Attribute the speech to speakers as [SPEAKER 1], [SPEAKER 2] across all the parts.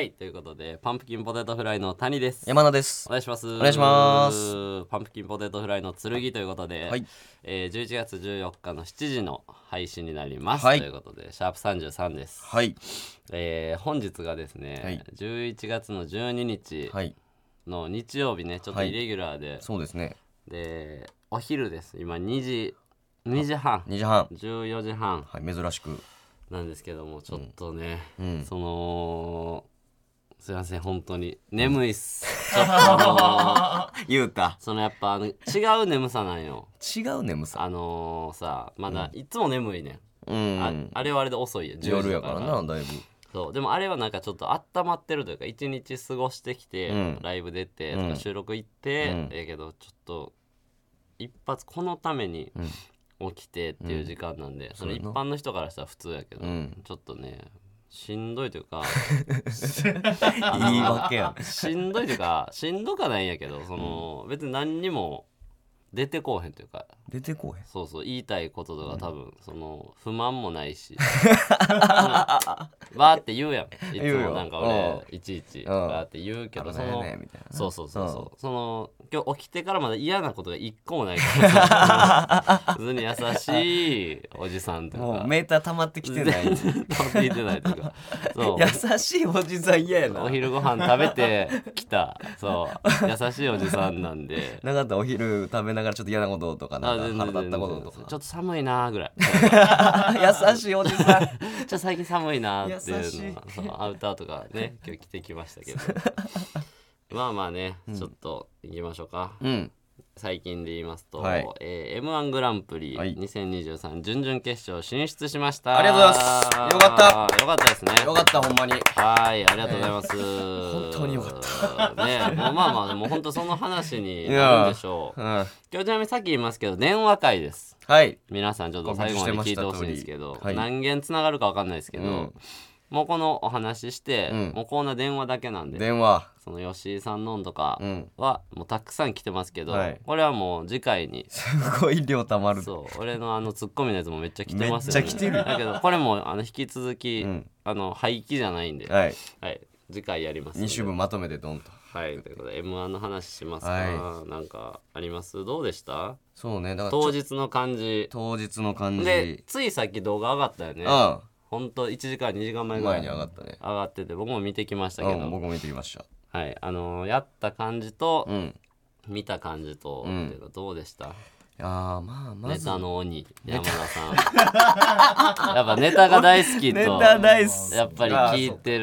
[SPEAKER 1] イということでパンプキンポテトフライの谷です
[SPEAKER 2] 山名です
[SPEAKER 1] お。願いしますお
[SPEAKER 2] 願いします
[SPEAKER 1] パンプキンポテトフライの剣ということで、
[SPEAKER 2] はい
[SPEAKER 1] えー、11月14日の7時の配信になります、
[SPEAKER 2] はい
[SPEAKER 1] ということでシャープ33です、
[SPEAKER 2] はい。
[SPEAKER 1] えー、本日がですね、
[SPEAKER 2] はい
[SPEAKER 1] 11月の12日
[SPEAKER 2] はい。
[SPEAKER 1] の日曜日ねちょっと
[SPEAKER 2] はい
[SPEAKER 1] イレギュラーで、
[SPEAKER 2] そうですね。
[SPEAKER 1] でお昼です今2時2時半
[SPEAKER 2] 2時半。
[SPEAKER 1] 14時半
[SPEAKER 2] はい、珍しく。
[SPEAKER 1] なんですけどもちょっとね、
[SPEAKER 2] うん。
[SPEAKER 1] そのすいません本当に眠いっ すちょっとあの
[SPEAKER 2] 言うた。
[SPEAKER 1] そのやっぱあの違う眠さなんよ
[SPEAKER 2] 違うね、むさ。
[SPEAKER 1] あのー、さまだいつも眠いね、、
[SPEAKER 2] うん
[SPEAKER 1] あ
[SPEAKER 2] ん。
[SPEAKER 1] あれはあれで遅いや10時と
[SPEAKER 2] 夜やからな、だい
[SPEAKER 1] そうでもあれはなんかちょっと温まってるというか一日過ごしてきて、
[SPEAKER 2] うん
[SPEAKER 1] ライブ出て、とか
[SPEAKER 2] うん
[SPEAKER 1] 収録行って、
[SPEAKER 2] うん
[SPEAKER 1] ええけどちょっと一発このために起きてっていう時間なんで、その
[SPEAKER 2] そう
[SPEAKER 1] 一
[SPEAKER 2] やな
[SPEAKER 1] 般の人からしたら普通やけど、
[SPEAKER 2] うん
[SPEAKER 1] ちょっとねしんどいというか
[SPEAKER 2] ぶ。言い訳や。
[SPEAKER 1] しんどいというかしんどかないんやけどその、別に何にも出てこうへんというか
[SPEAKER 2] 出てこへ
[SPEAKER 1] そうそう言いたいこととか多分、その不満もない しうんバーって言うやんい
[SPEAKER 2] 言
[SPEAKER 1] つ
[SPEAKER 2] う
[SPEAKER 1] も
[SPEAKER 2] よ
[SPEAKER 1] なんか俺いちいちバーって言うけ
[SPEAKER 2] ん。
[SPEAKER 1] ど
[SPEAKER 2] あ
[SPEAKER 1] そ
[SPEAKER 2] の
[SPEAKER 1] の
[SPEAKER 2] ね、みたいな。
[SPEAKER 1] そうそうそうそう
[SPEAKER 2] うん
[SPEAKER 1] その今日起きてからまだ嫌なことが一個もないから 普通に優しいおじさんという
[SPEAKER 2] も
[SPEAKER 1] か
[SPEAKER 2] うメーター溜まってきて ない。
[SPEAKER 1] 全然溜まっていてないというかそう
[SPEAKER 2] 優し いおじさん嫌やな
[SPEAKER 1] お。昼ご飯食べてき たそう優しいおじさんなんで
[SPEAKER 2] なかったお昼食べながらちょっと嫌なこととかなんか腹立ったことと
[SPEAKER 1] ちょ
[SPEAKER 2] か
[SPEAKER 1] っと寒いなーぐらい
[SPEAKER 2] 優しいおじさ
[SPEAKER 1] ち
[SPEAKER 2] ん
[SPEAKER 1] ょっと最近寒いなーって
[SPEAKER 2] 優
[SPEAKER 1] い
[SPEAKER 2] し
[SPEAKER 1] う
[SPEAKER 2] い
[SPEAKER 1] のはそうアウターとか ね今日着てきましたけどまあまあね、ちょっと行きましょうか
[SPEAKER 2] うん
[SPEAKER 1] 最近で言いますと、
[SPEAKER 2] はい
[SPEAKER 1] えー、m 1グランプリ
[SPEAKER 2] はい
[SPEAKER 1] 2023準々決勝進出しました
[SPEAKER 2] ありがとうございますよか
[SPEAKER 1] ったよかったですね
[SPEAKER 2] よかったほんまに
[SPEAKER 1] はい、ありがとうございます。
[SPEAKER 2] 本当によか
[SPEAKER 1] った。ねえ、もうまあまあ、でも本当その話にな
[SPEAKER 2] い
[SPEAKER 1] る
[SPEAKER 2] や
[SPEAKER 1] んでしょう。
[SPEAKER 2] うん
[SPEAKER 1] 今日ちなみにさっき言いますけど、電話会です。
[SPEAKER 2] はい
[SPEAKER 1] 皆さんちょっと最後まで聞いてほしいんですけど
[SPEAKER 2] 告知してました通、りはい
[SPEAKER 1] 何件つながるかわかんないですけど、
[SPEAKER 2] うん
[SPEAKER 1] もうこのお話しして、
[SPEAKER 2] うん
[SPEAKER 1] もうコーナー電話だけなんで、
[SPEAKER 2] 電話
[SPEAKER 1] その吉井さんのんとか
[SPEAKER 2] うん
[SPEAKER 1] はもうたくさん来てますけど、
[SPEAKER 2] はい
[SPEAKER 1] これはもう次回 に
[SPEAKER 2] すごい量たまる
[SPEAKER 1] そう俺のあのツッコミのやつもめっちゃ来てますよ、ね、
[SPEAKER 2] めっちゃ来てるよ
[SPEAKER 1] だけどこれもあの引き続き、
[SPEAKER 2] うん
[SPEAKER 1] あの廃棄じゃないんで、
[SPEAKER 2] はい
[SPEAKER 1] はい、次回やりますんで
[SPEAKER 2] 2週分まとめてドンと
[SPEAKER 1] はい、ということで m 1の話しますか、
[SPEAKER 2] は
[SPEAKER 1] なんかありますどうでした
[SPEAKER 2] そうねだから
[SPEAKER 1] 当
[SPEAKER 2] 当日
[SPEAKER 1] 日の感じ
[SPEAKER 2] 当日の感じ
[SPEAKER 1] でついさっき動画上がったよね
[SPEAKER 2] う
[SPEAKER 1] ほんと1時間2時間前
[SPEAKER 2] ん
[SPEAKER 1] ぐらい
[SPEAKER 2] 前に上がったね
[SPEAKER 1] 上がってて僕も見てきましたけ
[SPEAKER 2] う
[SPEAKER 1] ど、
[SPEAKER 2] ん僕も見てきました
[SPEAKER 1] はいあのーやった感じと
[SPEAKER 2] う、ん
[SPEAKER 1] 見た感じと、
[SPEAKER 2] うん
[SPEAKER 1] っていうのどうでした
[SPEAKER 2] いやーまあま
[SPEAKER 1] ネ
[SPEAKER 2] ず
[SPEAKER 1] タの鬼山田さん やっぱネタが大好きと
[SPEAKER 2] ネタ大好き
[SPEAKER 1] やっぱり聞いて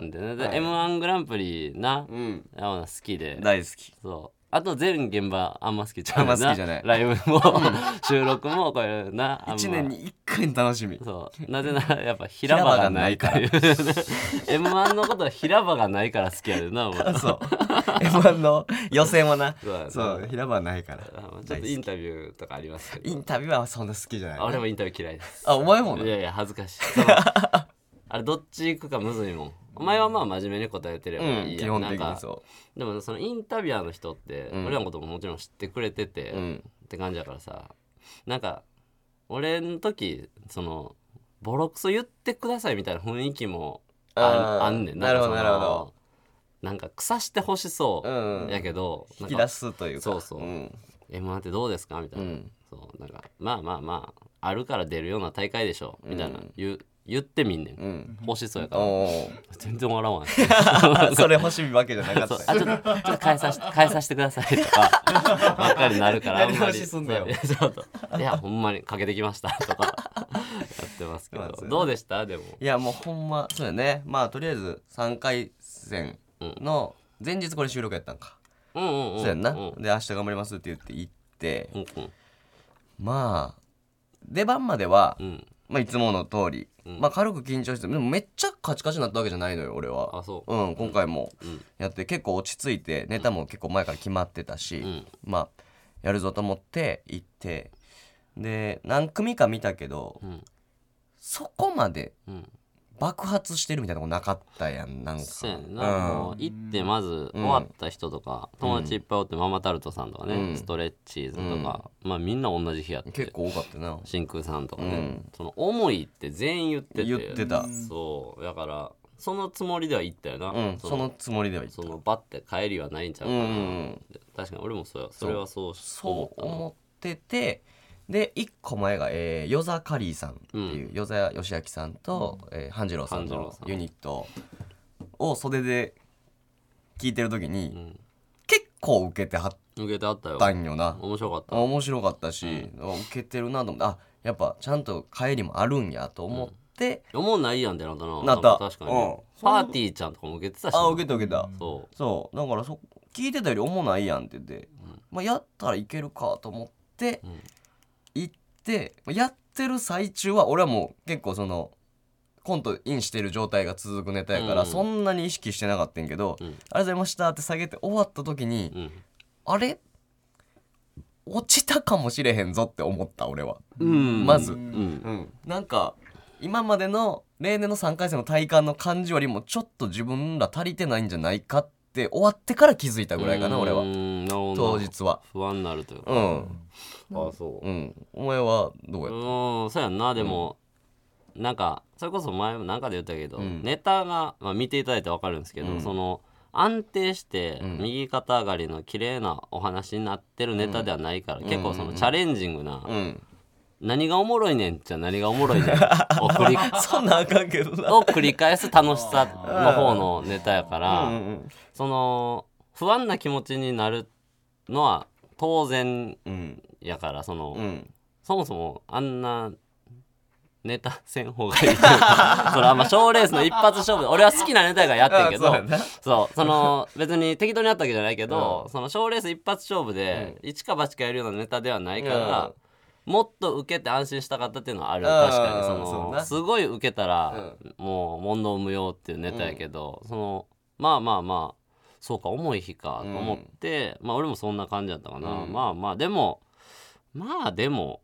[SPEAKER 1] るんでね、で m 1グランプリな、
[SPEAKER 2] うん
[SPEAKER 1] 山田好きで
[SPEAKER 2] 大好き
[SPEAKER 1] そう。あと全現場あんま好きちゃうな。
[SPEAKER 2] あんま好きじゃない
[SPEAKER 1] ライブも 収録もこれな。あんま
[SPEAKER 2] 1年。に1回の楽 しみ
[SPEAKER 1] そう。なぜならやっぱ平場がないから。M1 のことは平場がないから好きやで な、お前。そう
[SPEAKER 2] そう M1 の予選はな
[SPEAKER 1] そうやな
[SPEAKER 2] そう平場はないから
[SPEAKER 1] あちょっとインタビューとかありますけど。
[SPEAKER 2] インタビューはそんな好きじゃない
[SPEAKER 1] あ俺もインタビュー嫌いです。
[SPEAKER 2] あお前もない
[SPEAKER 1] やいや、恥ずかしい。そ のあれ、どっち行くかむずいもん。お前はまあ真面目に答えてれば
[SPEAKER 2] う
[SPEAKER 1] い
[SPEAKER 2] ん
[SPEAKER 1] い
[SPEAKER 2] 基
[SPEAKER 1] や、
[SPEAKER 2] 本
[SPEAKER 1] な
[SPEAKER 2] 的
[SPEAKER 1] ん
[SPEAKER 2] に
[SPEAKER 1] か
[SPEAKER 2] そ
[SPEAKER 1] でもそのインタビュアーの人って、
[SPEAKER 2] うん
[SPEAKER 1] 俺らのことももちろん知ってくれてて、
[SPEAKER 2] ううん
[SPEAKER 1] って感じだからさなんか俺の時そのボロクソ言ってくださいみたいな雰囲気もあ
[SPEAKER 2] あー
[SPEAKER 1] あんねん
[SPEAKER 2] なるほど
[SPEAKER 1] んかその
[SPEAKER 2] なるほど
[SPEAKER 1] なんか腐してほしそう、
[SPEAKER 2] うん
[SPEAKER 1] やけどな
[SPEAKER 2] 引
[SPEAKER 1] ん
[SPEAKER 2] き出
[SPEAKER 1] か
[SPEAKER 2] すというか
[SPEAKER 1] そうそう
[SPEAKER 2] うん
[SPEAKER 1] 「M‐1 ってどうですか?」みたいな、
[SPEAKER 2] うん
[SPEAKER 1] そうなんか「まあまあまああるから出るような大会でしょ」みたいな、言う言ってみんねん、
[SPEAKER 2] うん
[SPEAKER 1] 欲しそうやか
[SPEAKER 2] お
[SPEAKER 1] ら
[SPEAKER 2] お
[SPEAKER 1] 全然笑わん
[SPEAKER 2] それ欲しいわけじゃ なか
[SPEAKER 1] そう
[SPEAKER 2] った
[SPEAKER 1] あ
[SPEAKER 2] よ
[SPEAKER 1] ちょっとちょっと変えさせて変えさせてくださいと かばっかりになるからあんま
[SPEAKER 2] やり直
[SPEAKER 1] り
[SPEAKER 2] しすんなよ
[SPEAKER 1] いやちょっといやほんまにかけてきましたとかやってますけ
[SPEAKER 2] まあそ
[SPEAKER 1] ど
[SPEAKER 2] うやな
[SPEAKER 1] どうでしたでも
[SPEAKER 2] いやもうほんまそうやねまあとりあえず3回戦の前日これ収録やったんか、
[SPEAKER 1] うんうんうん
[SPEAKER 2] そうやんな、
[SPEAKER 1] うんうん
[SPEAKER 2] で明日頑張りますって言って行って、
[SPEAKER 1] うん
[SPEAKER 2] まあ出番までは、
[SPEAKER 1] うん
[SPEAKER 2] まあ、いつもの通り、
[SPEAKER 1] うん
[SPEAKER 2] まあ軽く緊張してでもめっちゃカチカチになったわけじゃないのよ俺は
[SPEAKER 1] あそう
[SPEAKER 2] うん今回も
[SPEAKER 1] うん
[SPEAKER 2] やって結構落ち着いてネタも結構前から決まってたし、
[SPEAKER 1] うん
[SPEAKER 2] まあやるぞと思って行ってで何組か見たけど
[SPEAKER 1] うん
[SPEAKER 2] そこまで
[SPEAKER 1] うん
[SPEAKER 2] 爆発してるみたいなとこなかったやんなんか
[SPEAKER 1] そうやねんな、
[SPEAKER 2] うん
[SPEAKER 1] もう行ってまず終わった人とか、友達いっぱいおってママタルトさんとかね、
[SPEAKER 2] うん
[SPEAKER 1] ストレッチーズとか、まあみんな同じ日やって
[SPEAKER 2] 結構多かったな
[SPEAKER 1] 真空さんとかね、
[SPEAKER 2] うん
[SPEAKER 1] その思いって全員言ってて
[SPEAKER 2] 言ってた
[SPEAKER 1] そうだからそのつもりでは言ったよな、
[SPEAKER 2] うんそのつもりではいった
[SPEAKER 1] そのバッて帰りはないんちゃう
[SPEAKER 2] う
[SPEAKER 1] か
[SPEAKER 2] ん
[SPEAKER 1] な、
[SPEAKER 2] うんうん
[SPEAKER 1] 確かに俺もそうやそれはそう
[SPEAKER 2] そう
[SPEAKER 1] 思ったな
[SPEAKER 2] 思っててで1個前が、えー、与座カリーさんっていう、与座義明さんと、えー、半次郎さ
[SPEAKER 1] 半
[SPEAKER 2] ん
[SPEAKER 1] 次郎
[SPEAKER 2] の
[SPEAKER 1] さん
[SPEAKER 2] ユニットを袖で聞いてる時に、
[SPEAKER 1] ん
[SPEAKER 2] 結構受けてはっ
[SPEAKER 1] 受けてあったよ
[SPEAKER 2] たんよな、
[SPEAKER 1] 面白かった
[SPEAKER 2] 面白かったし、受けてるなと思ってあやっぱちゃんと帰りもあるんやと思って、
[SPEAKER 1] 思んないやんってなったな
[SPEAKER 2] なった
[SPEAKER 1] 確かに、
[SPEAKER 2] うん
[SPEAKER 1] パーティーちゃんとかも受けてたしな
[SPEAKER 2] あ受けた受けた、
[SPEAKER 1] そ
[SPEAKER 2] そうだからそ聞いてたより重ないやんって言って、まあ、やったらいけるかと思って
[SPEAKER 1] うん
[SPEAKER 2] 行って、まあやってる最中は俺はもう結構そのコントインしてる状態が続くネタやから、
[SPEAKER 1] うん
[SPEAKER 2] そんなに意識してなかったんやけど、
[SPEAKER 1] うん
[SPEAKER 2] ありがとうございましたって下げて終わった時に、
[SPEAKER 1] ううん
[SPEAKER 2] あれ落ちたかもしれへんぞって思った俺は、
[SPEAKER 1] うん
[SPEAKER 2] まず、
[SPEAKER 1] うん
[SPEAKER 2] うん、なんか今までの例年の3回戦の体感の感じよりもちょっと自分ら足りてないんじゃないかって終わってから気づいたぐらいかな俺
[SPEAKER 1] う
[SPEAKER 2] は
[SPEAKER 1] んなるほど
[SPEAKER 2] 当
[SPEAKER 1] な
[SPEAKER 2] 日は
[SPEAKER 1] 不安になるというか
[SPEAKER 2] うん
[SPEAKER 1] あそううん
[SPEAKER 2] お前はどうや
[SPEAKER 1] うんそうやんなでも、なんかそれこそ前もなんかで言ったけど、
[SPEAKER 2] うん
[SPEAKER 1] ネタが、まあ、見ていただいて分かるんですけど、
[SPEAKER 2] うん
[SPEAKER 1] その安定して
[SPEAKER 2] うん
[SPEAKER 1] 右肩上がりの綺麗なお話になってるネタではないから、
[SPEAKER 2] ん
[SPEAKER 1] 結構そ
[SPEAKER 2] うんうん
[SPEAKER 1] の
[SPEAKER 2] うん
[SPEAKER 1] チャレンジングな、
[SPEAKER 2] うん
[SPEAKER 1] 何がおもろいねんじゃ何がおも ろいねんを繰り
[SPEAKER 2] そんなんあかんけどな
[SPEAKER 1] を繰り返す楽しさの方のネタやから、
[SPEAKER 2] うんうん
[SPEAKER 1] その不安な気持ちになるのは当然
[SPEAKER 2] うん
[SPEAKER 1] やからその、
[SPEAKER 2] うん
[SPEAKER 1] そもそもあんなネタせん方がいいというか それあんま賞レースの一発勝負で俺は好きなネタやからやってんけど
[SPEAKER 2] あそうやな
[SPEAKER 1] そうその別に適当にやったわけじゃないけど、その賞レース一発勝負で一か八かやるようなネタではないから、もっと受けて安心したかったっていうのはある
[SPEAKER 2] あー
[SPEAKER 1] 確かにそ
[SPEAKER 2] そう
[SPEAKER 1] の
[SPEAKER 2] な
[SPEAKER 1] すごい受けたら、もう問答無用っていうネタやけど、そのまあまあまあそうか重い日かと思って、まあ俺もそんな感じやったかな、
[SPEAKER 2] うん
[SPEAKER 1] まあまあでもまあでも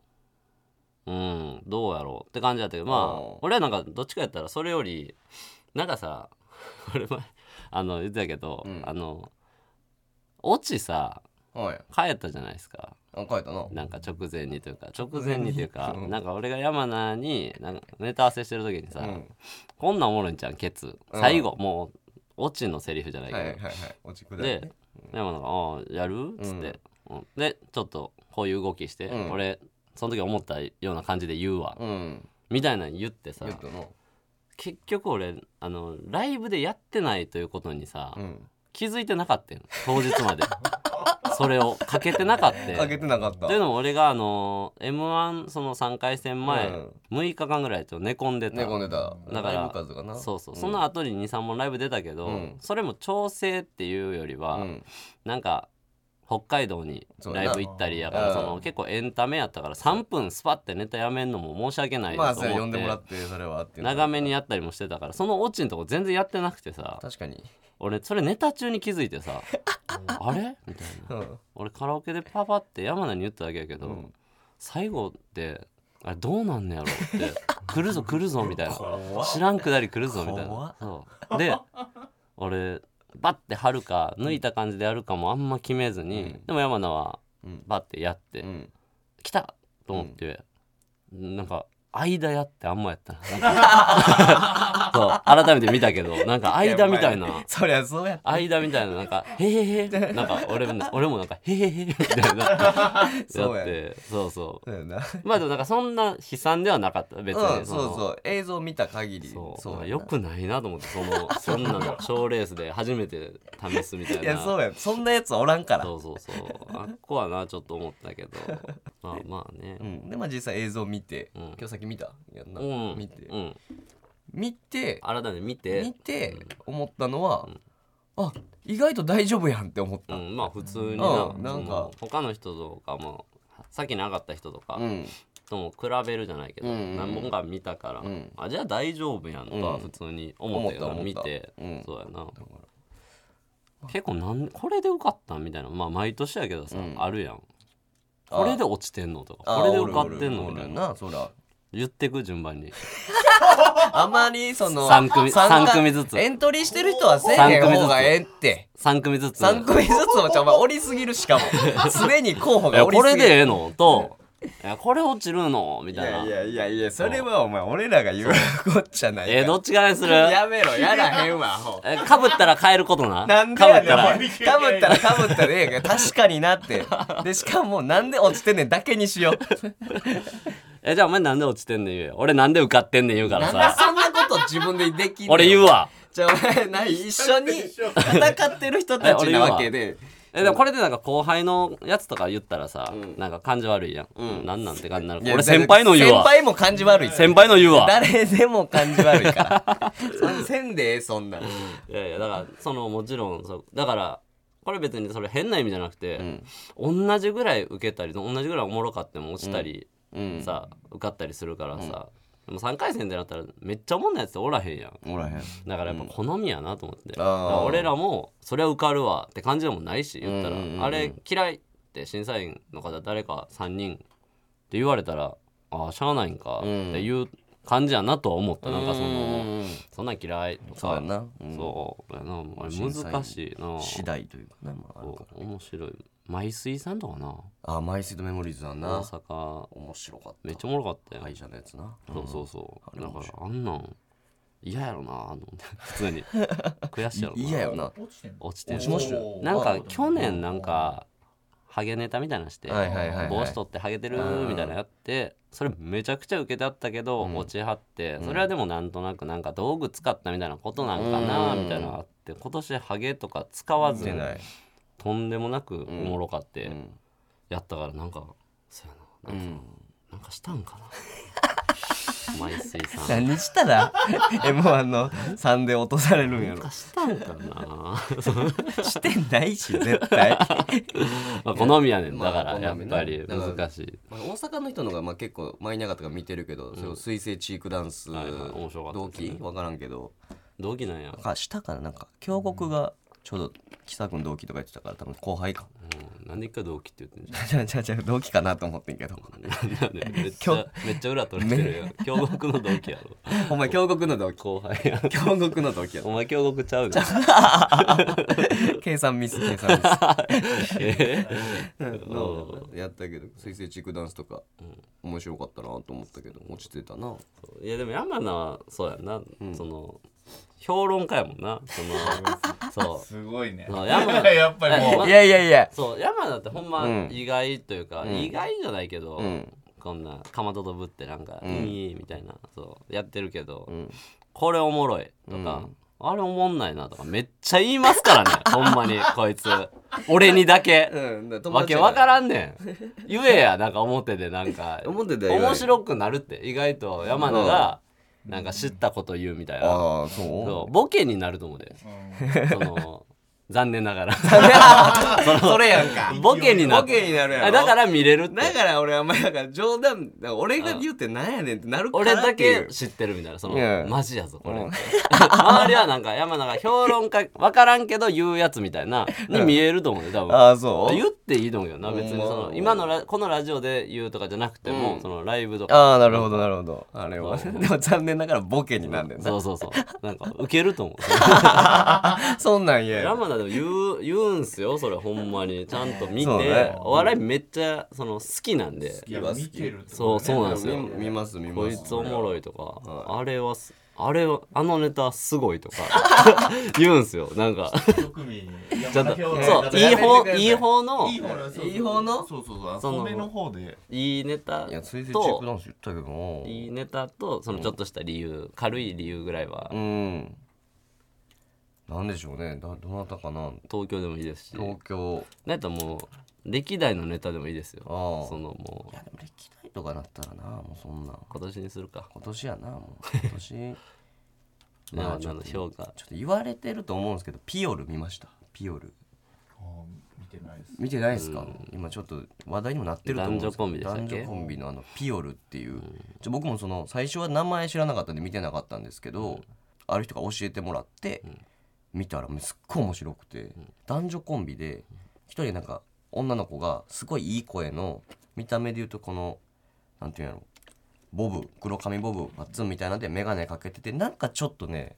[SPEAKER 1] うんどうやろうって感じだったけどま
[SPEAKER 2] うん
[SPEAKER 1] あ俺はなんかどっちかやったらそれよりなんかさ 俺前あの言ってたけど、
[SPEAKER 2] うん
[SPEAKER 1] あのオチさ
[SPEAKER 2] はい
[SPEAKER 1] 変えたじゃないですか
[SPEAKER 2] あ書いたな
[SPEAKER 1] なんか直前にというか直前にというか
[SPEAKER 2] うん
[SPEAKER 1] なんか俺が山名になんかネタ合わせしてる時にさ、
[SPEAKER 2] うん
[SPEAKER 1] こんなんおもろいんちゃうケツ最後、もうオチのセリフじゃな
[SPEAKER 2] はい
[SPEAKER 1] け
[SPEAKER 2] い
[SPEAKER 1] ど、
[SPEAKER 2] はいはい落ちくだ
[SPEAKER 1] で山名が「ああやる?」っつって、うんでちょっとこういう動きして、
[SPEAKER 2] うん
[SPEAKER 1] 俺その時思ったような感じで言うわ、
[SPEAKER 2] うん
[SPEAKER 1] みたいなの言ってさ
[SPEAKER 2] 言ったな
[SPEAKER 1] 結局俺あのライブでやってないということにさ、
[SPEAKER 2] うん
[SPEAKER 1] 気づいてなかったよ当日 までそれをかけてなかった
[SPEAKER 2] 書けてなかった
[SPEAKER 1] というのも俺があの m 1その3回戦前、
[SPEAKER 2] うん
[SPEAKER 1] 6日間ぐらいちょっと寝込んでた、
[SPEAKER 2] 寝込んでた
[SPEAKER 1] だから
[SPEAKER 2] ライブ数がな
[SPEAKER 1] そうそう、
[SPEAKER 2] ん
[SPEAKER 1] その後に23本ライブ出たけど、
[SPEAKER 2] うん
[SPEAKER 1] それも調整っていうよりは、
[SPEAKER 2] うん
[SPEAKER 1] なんか北海道にライブ行ったりやから
[SPEAKER 2] そ
[SPEAKER 1] そう
[SPEAKER 2] やな
[SPEAKER 1] の結構エンタメやったから3分スパッてネタやめんのも申し訳ない
[SPEAKER 2] まあ
[SPEAKER 1] なと
[SPEAKER 2] それ
[SPEAKER 1] 思
[SPEAKER 2] 呼ん
[SPEAKER 1] っ
[SPEAKER 2] で
[SPEAKER 1] て,、
[SPEAKER 2] もらってそれはっていうのは
[SPEAKER 1] 長めにやったりもしてたからそのオチのとこ全然やってなくてさ
[SPEAKER 2] 確かに
[SPEAKER 1] 俺それネタ中に気づいてさ あれみたいな
[SPEAKER 2] うん
[SPEAKER 1] 俺カラオケでパパって山名に言っただけやけど、
[SPEAKER 2] うん
[SPEAKER 1] 最後であれどうなんねやろ って来るぞ来るぞみたいな
[SPEAKER 2] 怖っ
[SPEAKER 1] 知らんくだり来るぞみたい
[SPEAKER 2] 怖っ
[SPEAKER 1] なそうで俺バッて張るか抜いた感じでやるかもあんま決めずに、
[SPEAKER 2] うん
[SPEAKER 1] でも山名は
[SPEAKER 2] うん
[SPEAKER 1] バッてやって、
[SPEAKER 2] うん
[SPEAKER 1] 来たと思って、なんか間やってあんまやったななん かそう改めて見たけどなんか間みたいな
[SPEAKER 2] そりゃそうや
[SPEAKER 1] 間みたいななん か「へへへ」なんか俺も俺もなんか「へへへ」みたいなやって
[SPEAKER 2] そうや
[SPEAKER 1] そうそう
[SPEAKER 2] そうやな
[SPEAKER 1] まあでもなんかそんな悲惨ではなかった別に、
[SPEAKER 2] うん
[SPEAKER 1] の
[SPEAKER 2] そうそう映像見た限り
[SPEAKER 1] そう
[SPEAKER 2] そうやな
[SPEAKER 1] よくないなと思ってその そんなの賞レースで初めて試すみたいない
[SPEAKER 2] やそうやそんなやつおらんから
[SPEAKER 1] そうそうそうあっこはなちょっと思った けどまあまあね
[SPEAKER 2] うんでまあ実際映像見て
[SPEAKER 1] うん
[SPEAKER 2] 今日先見たやんな
[SPEAKER 1] うん
[SPEAKER 2] 見て
[SPEAKER 1] うん、
[SPEAKER 2] 見て
[SPEAKER 1] 改めて見て
[SPEAKER 2] 見て思ったのはあ意外と大丈夫やんって思った
[SPEAKER 1] うん、まあ普通にな,、
[SPEAKER 2] うんなんか
[SPEAKER 1] その他の人とかもさっきの上がった人とか
[SPEAKER 2] うん
[SPEAKER 1] とも比べるじゃないけど、
[SPEAKER 2] うんうんうん
[SPEAKER 1] 何本か見たから、
[SPEAKER 2] うん
[SPEAKER 1] あじゃあ大丈夫やんとは普通に思ったよな、
[SPEAKER 2] うん思
[SPEAKER 1] 見
[SPEAKER 2] った思った
[SPEAKER 1] て、
[SPEAKER 2] うん
[SPEAKER 1] そうやな
[SPEAKER 2] だから
[SPEAKER 1] 結構なんこれで受かったんみたいなまあ毎年やけどさ、
[SPEAKER 2] うん
[SPEAKER 1] あるやん
[SPEAKER 2] あ
[SPEAKER 1] これで落ちてんのとか
[SPEAKER 2] あ
[SPEAKER 1] これで受かってん
[SPEAKER 2] お
[SPEAKER 1] の
[SPEAKER 2] るお
[SPEAKER 1] み
[SPEAKER 2] る
[SPEAKER 1] た
[SPEAKER 2] お
[SPEAKER 1] い
[SPEAKER 2] る
[SPEAKER 1] な
[SPEAKER 2] なそら
[SPEAKER 1] 言ってく順番に
[SPEAKER 2] あまりその
[SPEAKER 1] 3組
[SPEAKER 2] 参
[SPEAKER 1] 三
[SPEAKER 2] 加
[SPEAKER 1] 組ずつ
[SPEAKER 2] エントリーしてる人はせえへん方がええって
[SPEAKER 1] 3組ずつ
[SPEAKER 2] 3組ずつもちょお前おりすぎるしかもすでに候補
[SPEAKER 1] いや
[SPEAKER 2] がおり
[SPEAKER 1] こ
[SPEAKER 2] すぎ
[SPEAKER 1] れ
[SPEAKER 2] る
[SPEAKER 1] でええのといやこれ落ちるのみ
[SPEAKER 2] い
[SPEAKER 1] たいな
[SPEAKER 2] やいやいやいやそれはお前俺らが言うこっちゃないから
[SPEAKER 1] えーどっちがにする
[SPEAKER 2] やめろやらへんわほ
[SPEAKER 1] えかぶったら変えることな
[SPEAKER 2] なんで
[SPEAKER 1] かぶ
[SPEAKER 2] や
[SPEAKER 1] っ
[SPEAKER 2] ねん
[SPEAKER 1] た
[SPEAKER 2] お
[SPEAKER 1] ら
[SPEAKER 2] 前かぶったらかぶったでええから確かになってでしかもなんで落ちてんねんだけにしよう
[SPEAKER 1] えじゃあお前なんで落ちてんねん言えよ俺なんで受かってんねん言うから
[SPEAKER 2] なんで
[SPEAKER 1] さ
[SPEAKER 2] そんなこと自分でで きんの
[SPEAKER 1] 俺言うわ
[SPEAKER 2] じゃあお前な一緒に戦ってる人たちなわけで
[SPEAKER 1] えでもこれでなんか後輩のやつとか言ったらさ、なんか感じ悪いやん、うん、なんなんて感じになる
[SPEAKER 2] いや
[SPEAKER 1] 俺先輩の言うわ
[SPEAKER 2] 先輩も感じ悪い
[SPEAKER 1] 先輩の言うわ
[SPEAKER 2] 誰でも感じ悪いから そんせんでええそんなん
[SPEAKER 1] いやいやだからそのもちろんそうだからこれ別にそれ変な意味じゃなくて、同じぐらい受けたり同じぐらいおもろかっても落ちたり、
[SPEAKER 2] うん
[SPEAKER 1] さ受かったりするからさ、でも3回戦ってなったらめっちゃおもんないやつっておらへんやん
[SPEAKER 2] おらへん
[SPEAKER 1] だからやっぱ好みやなと思って、だ
[SPEAKER 2] あー
[SPEAKER 1] から俺らもそれは受かるわって感じでもないし言ったら、
[SPEAKER 2] うんうんうんうん
[SPEAKER 1] あれ嫌いって審査員の方誰か3人って言われたらああしゃあないんかっていう感じやなとは思った、なんかそのそんなん嫌いとか
[SPEAKER 2] そうやなうん
[SPEAKER 1] そうやなあれ
[SPEAKER 2] 審査員
[SPEAKER 1] 難しいな
[SPEAKER 2] 次第というかなまああるか
[SPEAKER 1] そう面白い舞水さんとかな
[SPEAKER 2] あマイスイートメモリーズだ
[SPEAKER 1] 大
[SPEAKER 2] な
[SPEAKER 1] 阪
[SPEAKER 2] 面白かっ
[SPEAKER 1] めっちゃおもろかった
[SPEAKER 2] た
[SPEAKER 1] よ、
[SPEAKER 2] 敗者のやつな
[SPEAKER 1] そうそうそう
[SPEAKER 2] あれ
[SPEAKER 1] だか
[SPEAKER 2] 面
[SPEAKER 1] らあんなん嫌やろなと思って普通 に悔しいやろな
[SPEAKER 2] 嫌よな
[SPEAKER 3] 落ちてんの
[SPEAKER 1] 落ちてる
[SPEAKER 2] 落ちましたよ
[SPEAKER 3] おー
[SPEAKER 1] なんか去年なんかハゲネタみたいなのして
[SPEAKER 2] はいはいはいはい
[SPEAKER 1] 帽子取ってハゲてるみたいなのやってそれめちゃくちゃ受けたったけど落ちはってそれはでもなんとなくなんか道具使ったみたいなことなんかな
[SPEAKER 2] うん
[SPEAKER 1] みたいなのあって今年ハゲとか使わず
[SPEAKER 2] 出ない
[SPEAKER 1] とんでもなくおもろかって
[SPEAKER 2] ん
[SPEAKER 1] やったからなんかそうやななんかなんかしたんかな マイスイさん
[SPEAKER 2] 何したら M1 の3で落とされるんやろ
[SPEAKER 1] したんかな
[SPEAKER 2] してな いし絶 対
[SPEAKER 1] まあ好みやねん
[SPEAKER 2] まあ
[SPEAKER 1] だからや
[SPEAKER 2] 好
[SPEAKER 1] っ
[SPEAKER 2] みな
[SPEAKER 1] ぱり難しい
[SPEAKER 2] 大阪の人のがまあ結構マイナーとか見てるけど、それを水星チークダンス、
[SPEAKER 1] はいはい面白かった
[SPEAKER 2] 同期分からんけど
[SPEAKER 1] 同期なんや
[SPEAKER 2] あしたからなんか京極がちょうど喜く君同期とか言ってたから多分後 輩か
[SPEAKER 1] うんなんで一回同期って言ってんじゃん
[SPEAKER 2] じゃあじゃあじゃあ同期かなと思ってん けど
[SPEAKER 1] めっちゃめっちゃ裏取れてるよ京極の同期やろ
[SPEAKER 2] お前京極の同期
[SPEAKER 1] 後輩や
[SPEAKER 2] 京極の同期や
[SPEAKER 1] お前京極ち ゃうが
[SPEAKER 2] 計算ミス計算ミス
[SPEAKER 1] え
[SPEAKER 2] のやったけど水星チークダンスとか、面白かったなと思ったけど落ちてたない
[SPEAKER 1] やでも山名はそうやんな、その評論家やもんなそ のそ
[SPEAKER 3] すごいね
[SPEAKER 1] う山 名
[SPEAKER 3] やっぱりもう
[SPEAKER 1] ま
[SPEAKER 2] いやいやいや
[SPEAKER 1] そう山名ってほんま
[SPEAKER 2] ん
[SPEAKER 1] 意外というか、意外じゃないけど、
[SPEAKER 2] ん
[SPEAKER 1] こんなかまどとぶってなんか「いい」みたいなそうやってるけど、これおもろいとか、あれおもんないなとかめっちゃ言います からねほんまにこいつ俺にだけ。
[SPEAKER 2] うん
[SPEAKER 1] わけわかららんねん言えやなんか表でなんか
[SPEAKER 2] 表では言わない
[SPEAKER 1] 面白くなるって意外と山名がなんか知ったこと言うみたいな
[SPEAKER 2] ああそ
[SPEAKER 1] そうボケになると思うでその残念なが ら
[SPEAKER 2] う それやんか
[SPEAKER 1] ボケにな
[SPEAKER 2] ボケになるやろ
[SPEAKER 1] あだから見れるって
[SPEAKER 2] だから俺はまあだから冗談だから俺が言うてなんやねんってなるから
[SPEAKER 1] 俺だ
[SPEAKER 2] っていう
[SPEAKER 1] け知ってるみたいなその、
[SPEAKER 2] うん
[SPEAKER 1] マジやぞこれ、
[SPEAKER 2] うん
[SPEAKER 1] 周りはなんか山名が評論家わからんけど言うやつみたいなに見えると思うで多分
[SPEAKER 2] ああそう
[SPEAKER 1] 言っていいと思うよな別にそ
[SPEAKER 2] ほん
[SPEAKER 1] の
[SPEAKER 2] ま
[SPEAKER 1] 今のラこのラジオで言うとかじゃなくても、そのライブとか
[SPEAKER 2] ああなるほどなるほどあれは
[SPEAKER 1] そ
[SPEAKER 2] で
[SPEAKER 1] う
[SPEAKER 2] も残念ながらボケになんねんな
[SPEAKER 1] そうそうそう。なんか、ウケると思う。
[SPEAKER 2] そんなんや
[SPEAKER 1] ラマダでも言う、言うんすよ、それ、ほんまに。ちゃんと見て、
[SPEAKER 2] そうね
[SPEAKER 1] お笑いめっちゃ、その、好きなんで。
[SPEAKER 3] いや見てるって
[SPEAKER 1] そう、
[SPEAKER 3] ことね
[SPEAKER 1] そうなんですよ。
[SPEAKER 2] 見見ます見
[SPEAKER 1] こ
[SPEAKER 2] ま
[SPEAKER 1] い
[SPEAKER 2] す
[SPEAKER 1] つおもろいとか、あれはす、あれは、あのネタすごいとか、言うんすよ。なんか、
[SPEAKER 3] 一組に
[SPEAKER 1] ちゃんと、
[SPEAKER 3] いやまあ評論
[SPEAKER 1] そう、
[SPEAKER 3] 家
[SPEAKER 1] いい
[SPEAKER 3] だ
[SPEAKER 1] 方、
[SPEAKER 3] から
[SPEAKER 1] いい方の、
[SPEAKER 3] いい方のそうそう
[SPEAKER 2] いい方の
[SPEAKER 3] そうそうそうあ
[SPEAKER 1] その
[SPEAKER 3] それの方で
[SPEAKER 1] いいネタ
[SPEAKER 2] いや水星チークダ
[SPEAKER 1] と、
[SPEAKER 2] ンス言ったけどない
[SPEAKER 1] いネタと、その、ちょっとした理由、軽い理由ぐらいは
[SPEAKER 2] う、んなんでしょうねだどなたかな
[SPEAKER 1] 東京でもいいですし、
[SPEAKER 2] 東京
[SPEAKER 1] なんともう、歴代のネタでもいいですよ。
[SPEAKER 2] ああ
[SPEAKER 1] その、もう
[SPEAKER 2] い、やでも歴代とかなったらなもうそんな
[SPEAKER 1] 今年にするか。
[SPEAKER 2] 今年やなもう今年
[SPEAKER 1] ね
[SPEAKER 2] まあ
[SPEAKER 1] あの評価
[SPEAKER 2] ちょっと言われてると思うんですけどピオル見ましたピオル
[SPEAKER 3] あ見てないです
[SPEAKER 2] 見てないですか、今ちょっと話題にもなってると思うんですけ
[SPEAKER 1] 男女
[SPEAKER 2] ど
[SPEAKER 1] コンビでしたっけ
[SPEAKER 2] 男女コンビのあのピオルっていう、ちょ僕もその最初は名前知らなかったんで見てなかったんですけど、ある人が教えてもらって、見たらもうすっごい面白くて、男女コンビで一人なんか女の子がすごいいい声の見た目で言うとこのなんていうんやろボブ黒髪ボブパッツンみたいなんで眼鏡かけててなんかちょっとね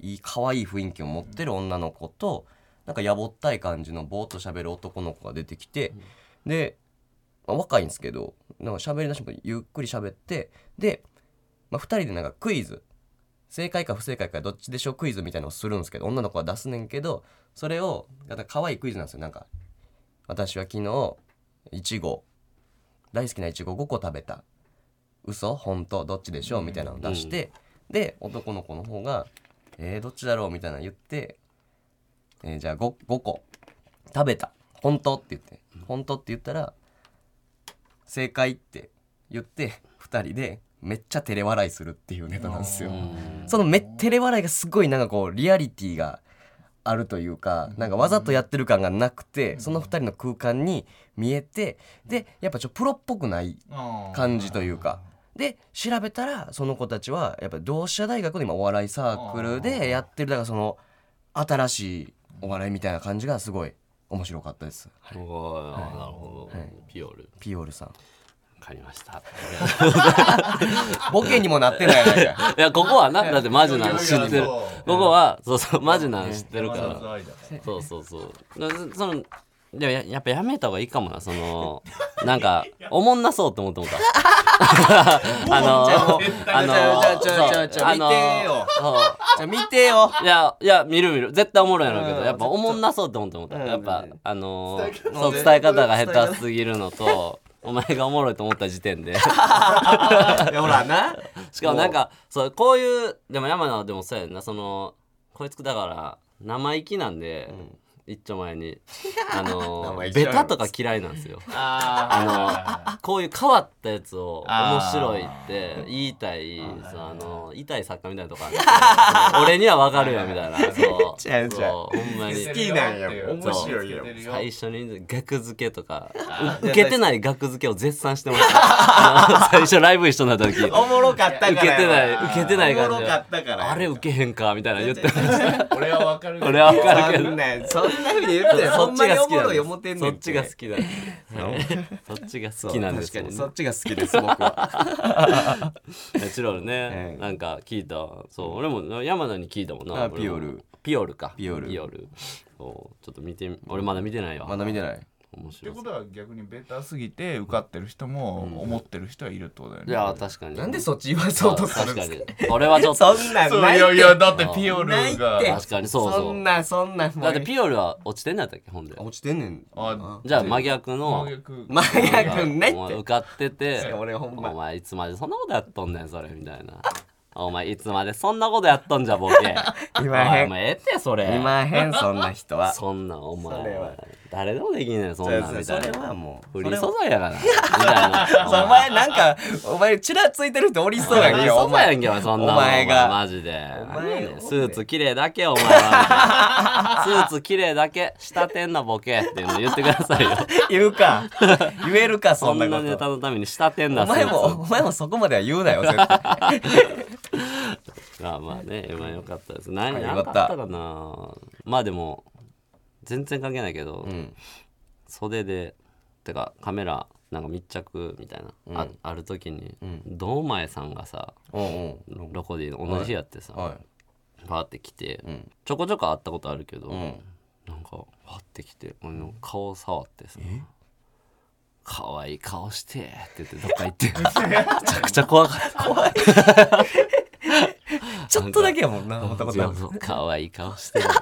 [SPEAKER 2] いい可愛い雰囲気を持ってる女の子となんかやぼったい感じのぼーっと喋る男の子が出てきて、でまあ、若いんですけどなんか喋り出してもゆっくり喋ってで、まあ、2人でなんかクイズ正解か不正解かどっちでしょうクイズみたいなのをするんですけど女の子は出すねんけどそれをなんか可愛いクイズなんですよなんか私は昨日いちご大好きないちご5個食べた嘘本当どっちでしょうみたいなのを出して、で男の子の方が「えー、どっちだろう?」みたいなの言って「えーじゃあ 5, 5個食べた本当?」って言って「本当?」って言ったら「正解」って言って2人でめっちゃ照れ笑いするっていうネタなんですよ。そのめ照れ笑いがすごいなんかこうリアリティがあるというかなんかわざとやってる感がなくてその2人の空間に見えてでやっぱちょっとプロっぽくない感じというか。で調べたらその子たちはやっぱ同志社大学で今お笑いサークルでやってるだからその新しいお笑いみたいな感じがすごい面白かったです
[SPEAKER 1] おーなるほど、ピオール
[SPEAKER 2] ピオールさん
[SPEAKER 1] わかりました
[SPEAKER 2] ボケにもなってない やないか
[SPEAKER 1] いやここはなだってマジなん知ってる
[SPEAKER 3] そ
[SPEAKER 1] こ
[SPEAKER 3] う
[SPEAKER 1] こはそうそうマジなん知ってる
[SPEAKER 3] 必
[SPEAKER 1] か
[SPEAKER 3] ず
[SPEAKER 1] ら
[SPEAKER 3] 愛だね
[SPEAKER 1] そうそうそう。なそそのでもややっぱやめた方がいいかもなそのなんかおもんなそうって思ってもうた。 あのあの
[SPEAKER 2] ちょちょちょち
[SPEAKER 1] そ
[SPEAKER 2] ょ
[SPEAKER 1] う
[SPEAKER 2] 見てよ
[SPEAKER 1] そう
[SPEAKER 2] じゃあ見てよ
[SPEAKER 1] いやいや見る見る絶対おもろいやろうけ
[SPEAKER 2] う
[SPEAKER 1] ど
[SPEAKER 2] ん
[SPEAKER 1] やっぱおもんなそうって思ってもうた
[SPEAKER 2] うん
[SPEAKER 1] やっぱあのー
[SPEAKER 2] 方
[SPEAKER 1] そう伝え方が下手すぎるのとお前がおもろいと思った時点で
[SPEAKER 2] いやほらな
[SPEAKER 1] しかもなんかそうこういうでも山名でもそうやんなそのこいつだから生意気なんで、一丁前にあの
[SPEAKER 2] 生意
[SPEAKER 1] ー
[SPEAKER 2] 気
[SPEAKER 1] ベタとか嫌いなんですよ
[SPEAKER 3] あ
[SPEAKER 1] あのこういう変わったやつを面
[SPEAKER 3] あー
[SPEAKER 1] 白いって言いたいそうあの痛い作家みたいなとこあるんですけど 俺にはわかるよみたいなそう
[SPEAKER 2] ちゃうちゃう
[SPEAKER 1] そうほんまに
[SPEAKER 2] 好きなんやもん
[SPEAKER 3] そう
[SPEAKER 1] 面白
[SPEAKER 2] いよ
[SPEAKER 1] 最初に額付けとか受けてない額付けを絶賛してました あの最初ライブ一緒になった時
[SPEAKER 2] おもろかったから
[SPEAKER 1] 受けてない受けてない感じ
[SPEAKER 2] おもろかったから
[SPEAKER 1] あれ受けへんかみたいな言ってました
[SPEAKER 3] 俺はわかるけど
[SPEAKER 1] 俺は分かるけ
[SPEAKER 2] そ
[SPEAKER 1] ど
[SPEAKER 2] んなそんなふうに言ってた よ
[SPEAKER 1] そ
[SPEAKER 2] ほ
[SPEAKER 1] っ
[SPEAKER 2] ん
[SPEAKER 1] ち
[SPEAKER 2] まに
[SPEAKER 1] が
[SPEAKER 2] お
[SPEAKER 1] 好き
[SPEAKER 2] も
[SPEAKER 1] なん
[SPEAKER 2] ろい
[SPEAKER 1] で
[SPEAKER 2] 思って
[SPEAKER 1] す
[SPEAKER 2] ん
[SPEAKER 1] そ
[SPEAKER 2] ねん
[SPEAKER 1] っちが好きなんですそっちが好きなんです
[SPEAKER 2] 確
[SPEAKER 1] も
[SPEAKER 2] か
[SPEAKER 1] ん
[SPEAKER 2] に
[SPEAKER 1] ね
[SPEAKER 2] そっちが好きです僕は
[SPEAKER 1] ナチュラルね、
[SPEAKER 2] うん
[SPEAKER 1] なんか聞いたそう俺も山田に聞いたもんな
[SPEAKER 2] あ
[SPEAKER 1] 俺も
[SPEAKER 2] ピオル
[SPEAKER 1] ピオルか
[SPEAKER 2] ピオル
[SPEAKER 1] そうちょっと見てみ俺 まだ見てないわ、
[SPEAKER 2] まだ見てない
[SPEAKER 1] 面
[SPEAKER 3] って
[SPEAKER 1] 白
[SPEAKER 3] こ
[SPEAKER 1] そう
[SPEAKER 3] とは逆にベタすぎて受かってる人も思ってる人はいるってことだよ
[SPEAKER 1] い
[SPEAKER 3] ね
[SPEAKER 1] や確かに
[SPEAKER 2] なんで
[SPEAKER 1] そ
[SPEAKER 2] そっち言わそうとするんですか
[SPEAKER 1] 確かに俺はちょっと
[SPEAKER 2] そんなん
[SPEAKER 3] そう
[SPEAKER 2] ないい
[SPEAKER 3] やいやだってピ
[SPEAKER 1] ピ
[SPEAKER 3] オル
[SPEAKER 2] ないって
[SPEAKER 3] が
[SPEAKER 1] 確かにそうそうん
[SPEAKER 2] なそんな
[SPEAKER 1] だってピオルは落ちてんのやったっけほんで
[SPEAKER 2] 落ちてんねん
[SPEAKER 3] あ
[SPEAKER 1] じゃあ真逆の
[SPEAKER 3] 真逆
[SPEAKER 2] マヤ君ねっ
[SPEAKER 1] お前受
[SPEAKER 2] て
[SPEAKER 1] かってて
[SPEAKER 2] 俺ほんま
[SPEAKER 1] お前いつまでそんなことやっとんねんそれみたいなお前いつまでそんなことやっとんじゃボケ
[SPEAKER 2] 言
[SPEAKER 1] お
[SPEAKER 2] わへ
[SPEAKER 1] 前お
[SPEAKER 2] ん
[SPEAKER 1] 前ええってそれ
[SPEAKER 2] 言わへんそんな人は
[SPEAKER 1] そんなんお前
[SPEAKER 2] それは
[SPEAKER 1] 誰でもできんねんそんなんみ
[SPEAKER 2] そ
[SPEAKER 1] たい
[SPEAKER 2] れ
[SPEAKER 1] な
[SPEAKER 2] はもう
[SPEAKER 1] フリ
[SPEAKER 2] それ
[SPEAKER 1] ー
[SPEAKER 2] は
[SPEAKER 1] 素材やからみたいな
[SPEAKER 2] お前なんかお前ちらついてる人おりそうやけど
[SPEAKER 1] そ
[SPEAKER 2] お
[SPEAKER 1] うや
[SPEAKER 2] 前
[SPEAKER 1] んけお前そんなもん
[SPEAKER 2] お前が
[SPEAKER 1] おマジで
[SPEAKER 2] お前
[SPEAKER 1] 何やねん
[SPEAKER 2] お前
[SPEAKER 1] スーツ綺麗だけお前 はスーツ綺麗だけ下てんなボケっていうの言ってくださいよ
[SPEAKER 2] 言 うか言えるかそ
[SPEAKER 1] そ
[SPEAKER 2] ん
[SPEAKER 1] ん
[SPEAKER 2] な
[SPEAKER 1] な
[SPEAKER 2] こ
[SPEAKER 1] ネタ
[SPEAKER 2] と
[SPEAKER 1] のために下てんな
[SPEAKER 2] お
[SPEAKER 1] スーツ
[SPEAKER 2] 前もお前もそこまでは言うなよ絶対
[SPEAKER 1] まあまあねまあよかったです何
[SPEAKER 2] はい
[SPEAKER 1] 何
[SPEAKER 2] よ
[SPEAKER 1] か
[SPEAKER 2] か
[SPEAKER 1] あ
[SPEAKER 2] っ
[SPEAKER 1] ったたかなまあでも全然関係ないけど、
[SPEAKER 2] ん
[SPEAKER 1] 袖でてかカメラなんか密着みたいな、あある時に、堂前さんがさ
[SPEAKER 2] うんうん
[SPEAKER 1] ロコディの同じ日やってさ、
[SPEAKER 2] は
[SPEAKER 1] バーって来て、
[SPEAKER 2] ん
[SPEAKER 1] ちょこちょこ会ったことあるけど、
[SPEAKER 2] ん
[SPEAKER 1] なんかバーって来て俺の顔触ってさ「可愛い顔して」って言ってどっか行ってめちゃくちゃ怖かった怖い
[SPEAKER 2] いちょっとだけやもんな 思ったことある
[SPEAKER 1] 可愛い顔して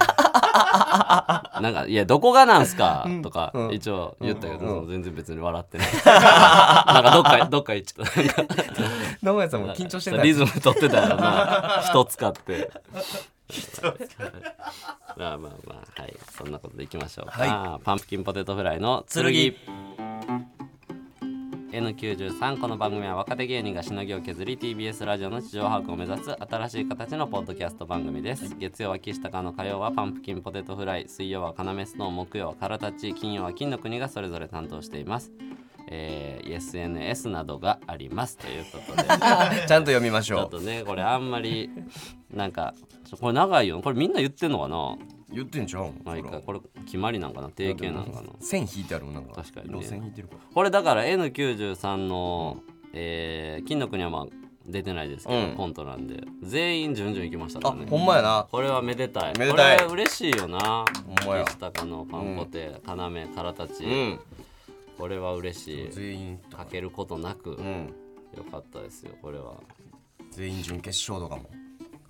[SPEAKER 1] なんか「いやどこがなんすか?」とか一応言ったけど、その全然別に笑ってない なんかどっかどっか行っちゃったなんか
[SPEAKER 2] 名古屋さんも緊張してた
[SPEAKER 1] リズム取ってたよ な人使ってまあまあまあはいそんなことでいきましょうか、パンプキンポテトフライの剣 N93 この番組は若手芸人がしのぎを削り TBS ラジオの地上把握を目指す新しい形のポッドキャスト番組です、月曜は岸高の火曜はパンプキンポテトフライ水曜は要スノー木曜はカラタチ金曜は金の国がそれぞれ担当しています、えー SNS などがありますということで
[SPEAKER 2] ちゃんと読みまし
[SPEAKER 1] ちょっ
[SPEAKER 2] ょう
[SPEAKER 1] とねこれあんまりなんかちょこれ長いよこれみんな言ってんのかな
[SPEAKER 2] 言ってんじゃん
[SPEAKER 1] 毎回これ決まりなんかな定型なんかな
[SPEAKER 2] 線引いてあるもんなんか
[SPEAKER 1] 確かにね
[SPEAKER 2] 路線引いてるか
[SPEAKER 1] これだから N93 の、えー金の国はまあ出てないですけど、
[SPEAKER 2] うん
[SPEAKER 1] コントなんで全員順々いきました
[SPEAKER 2] らあ
[SPEAKER 1] からね
[SPEAKER 2] ほんまやな
[SPEAKER 1] これはめでたい
[SPEAKER 2] めでたい
[SPEAKER 1] これは嬉しいよな
[SPEAKER 2] ほんまや
[SPEAKER 1] 岸高のパンポテ、要、カラタチ、
[SPEAKER 2] うん
[SPEAKER 1] これは嬉しい
[SPEAKER 2] 全員と
[SPEAKER 1] かけることなく、
[SPEAKER 2] うん
[SPEAKER 1] よかったですよこれは
[SPEAKER 2] 全員準決勝とかも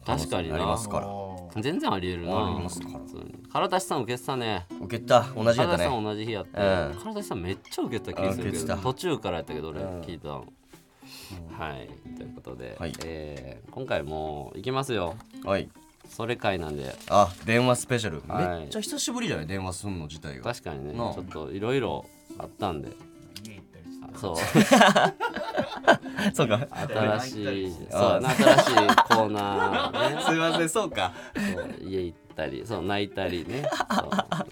[SPEAKER 1] 確かに
[SPEAKER 2] 可能性ありま
[SPEAKER 1] な
[SPEAKER 2] すから
[SPEAKER 3] おー
[SPEAKER 1] 全然ありえるな
[SPEAKER 2] ありますから
[SPEAKER 1] 普通に唐田さん受けてたね
[SPEAKER 2] 受けた同じや
[SPEAKER 1] 唐田
[SPEAKER 2] ったね
[SPEAKER 1] さん同じ日やって
[SPEAKER 2] うん
[SPEAKER 1] 唐田さんめっちゃ受けた気がするけ
[SPEAKER 2] あ受けて
[SPEAKER 1] ど
[SPEAKER 2] た
[SPEAKER 1] 途中からやったけど俺
[SPEAKER 2] うん
[SPEAKER 1] 聞いたのはいということで
[SPEAKER 2] はい
[SPEAKER 1] えー今回もういきますよ
[SPEAKER 2] はい
[SPEAKER 1] それ会なんで
[SPEAKER 2] あ電話スペシャル、
[SPEAKER 1] はい
[SPEAKER 2] めっちゃ久しぶりじゃない電話すんの自体が
[SPEAKER 1] 確かにねち
[SPEAKER 2] なあ
[SPEAKER 1] ょっといろいろあったんで
[SPEAKER 3] 家行ったりして
[SPEAKER 1] あ そう
[SPEAKER 2] そうか
[SPEAKER 1] 新しい
[SPEAKER 2] あ
[SPEAKER 1] そうやな新しいコーナーね
[SPEAKER 2] すいません そうか
[SPEAKER 1] そう家行ったりそう泣いたりねそう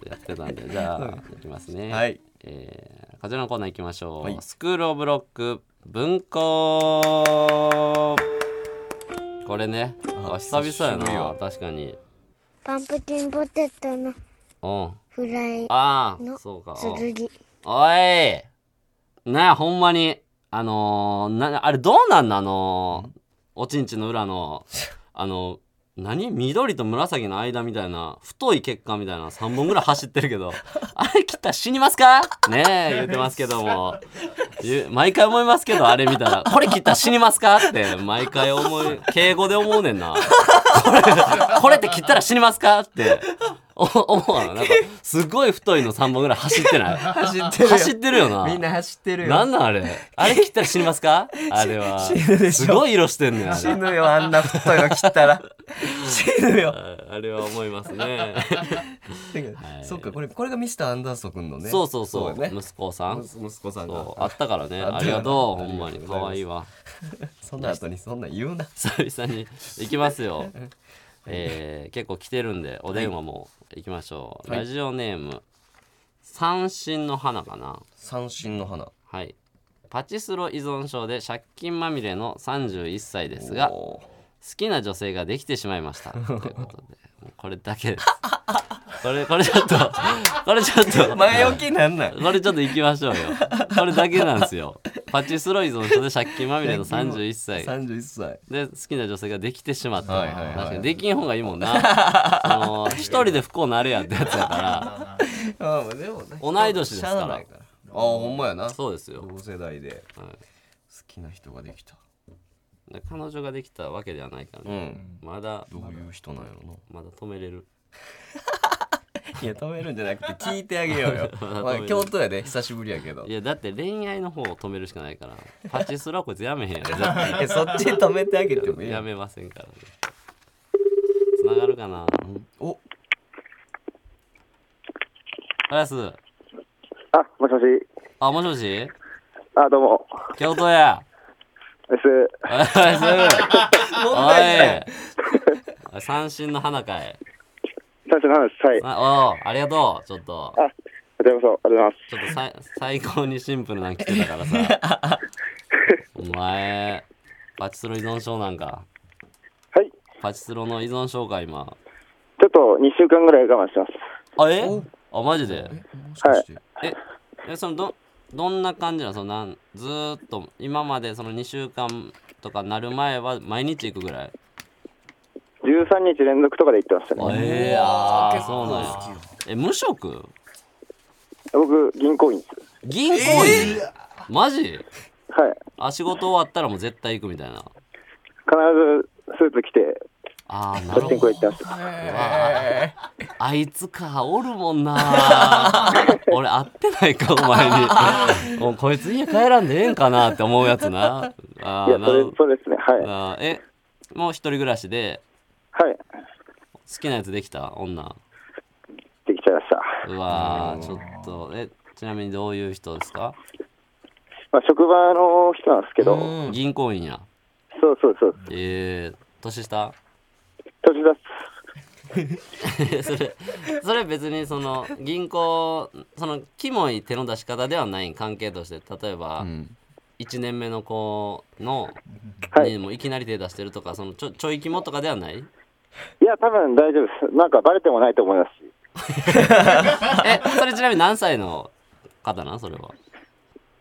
[SPEAKER 1] やってたんでじゃあいきますね、
[SPEAKER 2] はい
[SPEAKER 1] えーこちらのコーナー行きましょう、
[SPEAKER 2] はい
[SPEAKER 1] スクール・オブ・ロック文庫これね
[SPEAKER 2] あ
[SPEAKER 1] あ久々や
[SPEAKER 2] 久しぶり
[SPEAKER 1] な
[SPEAKER 2] よ
[SPEAKER 1] 確かに
[SPEAKER 4] パンプキンポテトの
[SPEAKER 1] うん
[SPEAKER 4] フライ
[SPEAKER 1] ああ
[SPEAKER 4] の
[SPEAKER 1] そうかお
[SPEAKER 4] 剣。
[SPEAKER 1] おいなあほんまにあのーなあれどうなんのあのーおちんちの裏のあの何緑と紫の間みたいな太い血管みたいな3本ぐらい走ってるけど あれ切ったら死にますかねえ言ってますけども言う毎回思いますけどあれ見たらこれ切ったら死にますかって毎回思い敬語で思うねんなこれこれって切ったら死にますかってお思うのなんかすごい太いの3本ぐらい走ってない走
[SPEAKER 2] ってるよ
[SPEAKER 1] 走ってるよな
[SPEAKER 2] みんな走ってるよ
[SPEAKER 1] なんなんあれあれ切ったら死にます かあれは
[SPEAKER 2] 死ぬでしょ
[SPEAKER 1] すごい色してんねんあ
[SPEAKER 2] 死
[SPEAKER 1] れ
[SPEAKER 2] ぬよあんな太いの切った ら死ぬよ、
[SPEAKER 1] ああれは思いますねはい
[SPEAKER 2] そっかこれこれがミスターアンダーソン君のね
[SPEAKER 1] そうそうそう
[SPEAKER 2] だよね
[SPEAKER 1] 息子さん
[SPEAKER 2] 息息子さんが
[SPEAKER 1] そうあったからね
[SPEAKER 2] あ
[SPEAKER 1] あ
[SPEAKER 2] った
[SPEAKER 1] りがとうほ
[SPEAKER 2] あり
[SPEAKER 1] ん
[SPEAKER 2] が
[SPEAKER 1] ま
[SPEAKER 2] と
[SPEAKER 1] に
[SPEAKER 2] うございます
[SPEAKER 1] 可愛いわ
[SPEAKER 2] そんな後にそんなん言うな
[SPEAKER 1] 久々に行きます よえー結構来てるんでお電話も行きましょう、
[SPEAKER 2] はい
[SPEAKER 1] ラジオネーム三振の花かな
[SPEAKER 2] 三振の花
[SPEAKER 1] はいパチスロ依存症で借金まみれの31歳ですが好
[SPEAKER 2] おー
[SPEAKER 1] きな女性ができてしまいま したということでもうこれだけですこれこれちょっとこれちょっと
[SPEAKER 2] 前置きなんなん
[SPEAKER 1] これちょっと行きましょうよこれだけなんですよパチスロ依存症で借金まみれの31歳
[SPEAKER 2] 31歳
[SPEAKER 1] で好きな女性ができてしまった、
[SPEAKER 2] はいはいはい
[SPEAKER 1] 確かにできん方がいいもん なその一人で不幸なれやってやつやから
[SPEAKER 2] あーでもね
[SPEAKER 1] 同い年ですから
[SPEAKER 2] しゃあないからあーほんまやな
[SPEAKER 1] そうですよ、
[SPEAKER 2] 同世代で好
[SPEAKER 1] は
[SPEAKER 2] きな人ができた
[SPEAKER 1] い、で彼女ができたわけではないから
[SPEAKER 2] う
[SPEAKER 1] ね、
[SPEAKER 2] ん
[SPEAKER 1] まだ
[SPEAKER 2] どういう人なんやろ
[SPEAKER 1] まだ止めれる
[SPEAKER 2] ないや止めるんじゃなくて聞いてあげよ うよまあ京都やで久しぶりやけど
[SPEAKER 1] いやだって恋愛の方を止めるしかないからパチスロはこいつやめへんやろ絶
[SPEAKER 2] えそっち止めてあげてもい
[SPEAKER 1] 対
[SPEAKER 2] い
[SPEAKER 1] やめませんからねつながるかな
[SPEAKER 2] お
[SPEAKER 1] あやす
[SPEAKER 5] あ、もしもし。
[SPEAKER 1] あもしもし
[SPEAKER 5] あ、どうも。
[SPEAKER 1] 京都や
[SPEAKER 5] です。
[SPEAKER 1] あやす
[SPEAKER 2] 問題
[SPEAKER 1] おいおい三振の花かい
[SPEAKER 5] 最初の話、はい。
[SPEAKER 1] あおうありがとうちょっと
[SPEAKER 5] あ、こちらこそ、ありがと
[SPEAKER 1] ち
[SPEAKER 5] う
[SPEAKER 1] ょっとさい最高にシンプルなの来てたからさお前パチスロ依存症なんか
[SPEAKER 5] ございます。はい。
[SPEAKER 1] パチスロの依存症か今
[SPEAKER 5] ちょっと2週間ぐらい我慢してます。
[SPEAKER 1] あえ
[SPEAKER 2] お
[SPEAKER 1] あマジで
[SPEAKER 2] えもしかして
[SPEAKER 1] ええそのどどんな感じなのそのなんずーっと今までその2週間とかなる前は毎日行くぐらい
[SPEAKER 5] 13日連続とかで行ってましたね。
[SPEAKER 1] あえー、あーそうなんやえ無職
[SPEAKER 5] 僕、銀行員です。
[SPEAKER 1] 銀行員、マジ
[SPEAKER 5] はい。
[SPEAKER 1] あ仕事終わったらもう絶対行くみたいな
[SPEAKER 5] 必ずスーツ着て、
[SPEAKER 1] ああなるほ
[SPEAKER 5] パチン
[SPEAKER 1] ど
[SPEAKER 5] コ行ってました。
[SPEAKER 2] えー
[SPEAKER 1] あいつか、おるもん な。俺、会ってないか、お前に。もうこいつ家帰らんでええんかなって思うやつな。あー
[SPEAKER 5] いや、
[SPEAKER 1] な
[SPEAKER 5] それ
[SPEAKER 1] るほ、ど
[SPEAKER 5] それですね。はい。は
[SPEAKER 1] あーえ、もう一人暮らしで、
[SPEAKER 5] い。
[SPEAKER 1] 好きなやつできた女。
[SPEAKER 5] できちゃいました。
[SPEAKER 1] うわー、ちょっと、え、ちなみにどういう人ですか
[SPEAKER 5] まあ、職場の人なんですけど、
[SPEAKER 2] うん
[SPEAKER 1] 銀行員や。
[SPEAKER 5] そうそうそう。
[SPEAKER 1] えー、年下
[SPEAKER 5] 年出す。
[SPEAKER 1] それ、それ別にその、銀行、その、キモい手の出し方ではない関係として、例えば、
[SPEAKER 2] うん
[SPEAKER 1] 1年目の子の、
[SPEAKER 5] はい
[SPEAKER 1] にもういきなり手出してるとかそのちょちょい肝とかではない
[SPEAKER 5] いや、多分大丈夫です。なんかバレてもないと思いますし。
[SPEAKER 1] えそれちなみに何歳の方なんそれは